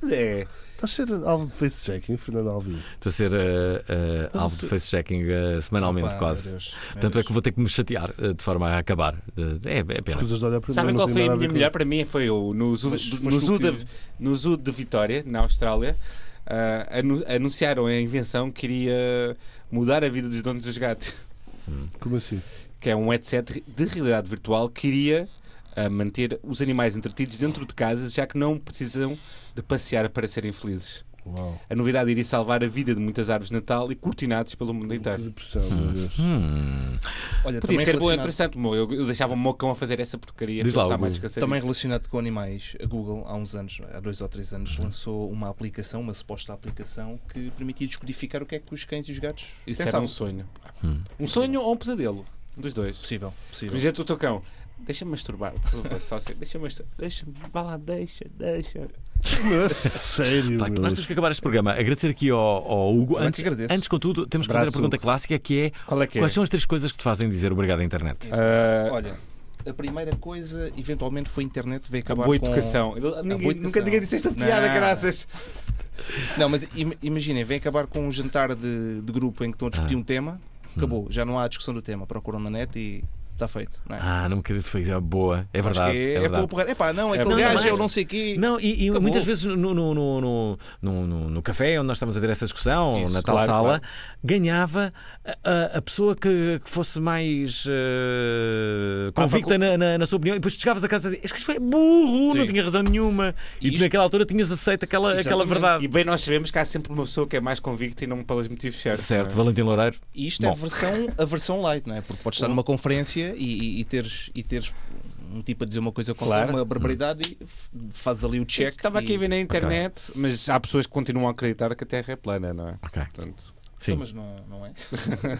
C: Mas é.
B: Estás a ser alvo de face-checking, Fernando Alvim.
A: Estou a ser uh, uh, alvo de face-checking uh, semanalmente,
D: Pá,
A: quase.
D: meu Deus, meu
A: Tanto é
D: Deus.
A: que vou ter que me chatear uh, de forma a acabar. Uh, é, é pena.
B: Escusas de olhar para mim,
C: Sabem
B: não
C: qual
B: tem
C: foi
B: nada
C: a
B: ver
C: minha
B: com
C: melhor? Para mim foi o, no, zoo,
D: Mas
C: do-
D: foste
C: no,
D: tu
C: zoo
D: que-
C: da- no zoo de Vitória, na Austrália. ah, anu- anunciaram a invenção que iria mudar a vida dos donos dos gatos,
B: isso. Como assim?
C: que é um headset de realidade virtual que iria ah, manter os animais entretidos dentro de casa, já que não precisam de passear para serem felizes.
B: Uau.
C: A novidade iria salvar a vida de muitas árvores de Natal e cortinados pelo mundo
B: Que
C: inteiro.
B: depressão, meu Deus.
C: Podia
D: Olha, também
C: ser bom,
D: relacionado-
C: interessante. mo- Eu, eu deixava o meu cão a fazer essa porcaria.
A: Diz
C: para
A: lá,
C: ele estar
A: Hugo.
C: mais descansadinho.
D: Também relacionado com animais, a Google, há uns anos, há dois ou três anos, lançou uma aplicação, uma suposta aplicação, que permitia descodificar o que é que os cães e os gatos
C: Isso era
D: pensavam.
C: um sonho.
A: Hum.
C: Um sonho ou um pesadelo? Um dos dois.
D: Possível,
C: Por
D: possível.
C: exemplo, o teu cão. Deixa-me masturbar, por favor, só assim. Deixa-me masturbar. Deixa-me. Vá lá, deixa, deixa.
B: Mas Sério,
A: Pá,
B: meu.
A: nós temos que acabar este programa. Agradecer aqui ao, ao Hugo.
D: Eu é que
A: Antes,
D: agradeço.
A: antes, contudo, temos que fazer a
C: Abraço,
A: pergunta clássica que é
C: Qual é que é?
A: quais são as três coisas que te fazem dizer obrigado à
D: É.
A: internet?
C: Ah,
D: Olha, a primeira coisa, eventualmente, foi a internet, veio acabar
C: boa
D: com...
C: educação. Ele- ninguém-
D: educação.
C: Nunca ninguém disse esta
D: Não.
C: piada, graças.
A: É
D: Não, mas im- imaginem, vem acabar com um jantar de, de grupo em que estão a
A: Ah.
D: discutir um tema,
A: Hum.
D: acabou, já não há discussão do tema, procuram na net e está feito. Não é?
A: Ah, não me queria fazer é boa. É
D: Acho
A: verdade.
D: que
A: É,
D: é, é
A: verdade.
D: pelo porra- Epá, não, aquele
C: Não,
D: gajo
A: mas-
D: é o não sei quê.
A: Não, e, e
D: Acabou.
A: muitas vezes no, no, no, no, no- no- no café onde nós estamos a ter essa discussão,
C: Isso,
A: na tal
C: claro,
A: sala,
C: claro.
A: ganhava a- a, a pessoa que, que fosse mais eh,
C: Pá,
A: convicta
C: pá,
A: na, na- na sua opinião, e depois chegavas a casa e dizias: "Este gajo foi burro, não
C: Sim.
A: tinha razão nenhuma. E,
D: Isto-
A: naquela altura tinhas aceito aquela, aquela
D: Exatamente.
A: verdade.
C: E bem, nós sabemos que há sempre uma pessoa que é mais convicta e não pelos motivos certos.
A: Certo,
C: não é?
A: Valentim Loureiro.
D: E isto é
A: Bom. Uhum.
D: a versão, a versão light, não é? Porque podes estar numa conferência e, e, e teres, e teres um tipo a dizer uma coisa qualquer,
C: Claro.
D: uma
A: Uhum.
D: barbaridade e f- fazes ali o check.
C: Estava aqui
D: e...
C: a ver na internet, mas há pessoas que continuam a acreditar que a Terra é plana, não é?
A: Ok.
C: Portanto,
A: Sim.
D: Mas não, não é?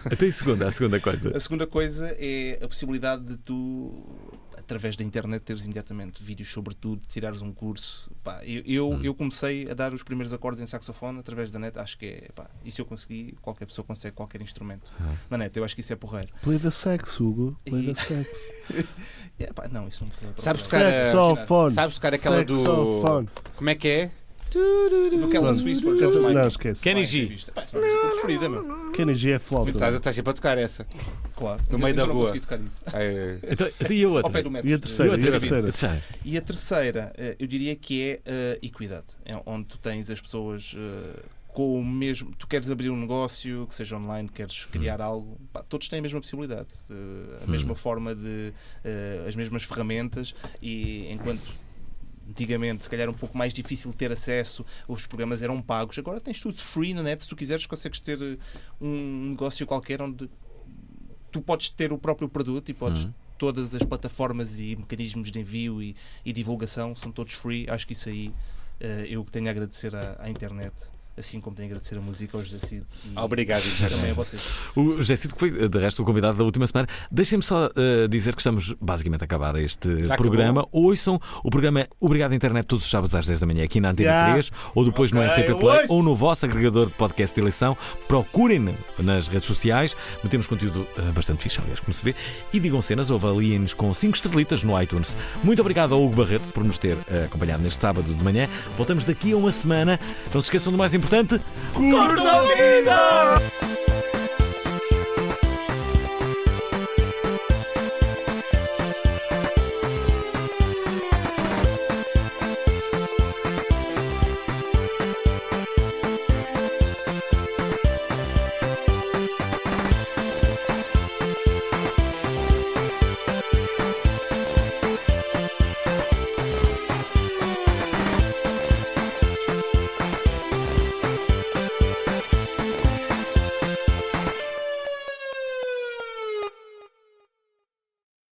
A: Até a segunda, a segunda coisa.
D: *laughs* A segunda coisa é a possibilidade de tu, através da internet, teres imediatamente vídeos sobre tudo, tirares um curso. Pá, eu, eu,
C: Hum.
D: eu comecei a dar os primeiros acordes em saxofone através da net. Acho que é, pá, isso eu consegui, qualquer pessoa consegue qualquer instrumento.
C: Ah.
D: Na net, eu acho que isso é porreiro.
B: Play the sex, Hugo. Play
D: E-
B: the sex.
D: É, pá, não, isso não é
C: Sabes tocar
B: Sex ao fone.
C: sabes tocar aquela
B: Sex
C: do.
B: ao fone.
C: Como é que é?
D: do que ela
B: Pronto.
D: Swiss, por exemplo,
B: Não,
D: Mike.
B: esquece.
A: Kenny
D: Vai,
A: G.
D: revista. Pá, isso é uma música preferida, meu.
B: Kenny G é
C: Estás,
B: flauta.
C: estás sempre a tocar essa.
D: Claro.
C: No
D: Eu-
C: meio
D: eu
C: da
D: não
C: rua.
D: consegui tocar isso.
C: Ai, ai.
A: Então, então e a
D: Ao
A: outra?
D: pé do metro.
B: E a terceira?
A: E
B: E
A: a
B: a terceira?
A: Deixa.
D: E a terceira, eh, eu diria que é eh, equidade, é onde tu tens as pessoas eh, com o mesmo. Tu queres abrir um negócio, que seja online, queres criar algo, pá, todos têm a mesma possibilidade, eh, a mesma forma de. eh, as mesmas ferramentas e enquanto. Antigamente, se calhar, era um pouco mais difícil ter acesso, os programas eram pagos. Agora tens tudo free na net. Se tu quiseres, consegues ter eh, um negócio qualquer onde tu podes ter o próprio produto e
C: Uhum.
D: podes todas as plataformas e mecanismos de envio e, e divulgação são todos free. Acho que isso aí eh, eu que tenho a agradecer à, à internet, assim como tenho a agradecer a música, ao Jacido e
C: Obrigado,
D: e também a
C: internet.
D: vocês.
A: O Jéssico, que foi de resto o convidado da última semana, deixem-me só eh, dizer que estamos basicamente a acabar este
C: acabou?
A: programa. Ouçam o programa é Obrigado Internet todos os sábados às 10 da manhã aqui na Antena
B: Já.
A: 3, ou depois no
C: Ok,
A: RTP Play,
C: hoje.
A: ou no vosso agregador de podcast de eleição. Procurem nas redes sociais, metemos conteúdo eh, bastante fixe, aliás, como se vê, e digam cenas ou avaliem-nos com 5 estrelitas no iTunes. Muito obrigado ao Hugo Barreto por nos ter eh, acompanhado neste sábado de manhã. Voltamos daqui a uma semana. Não se esqueçam do mais importante: Curtam a vida!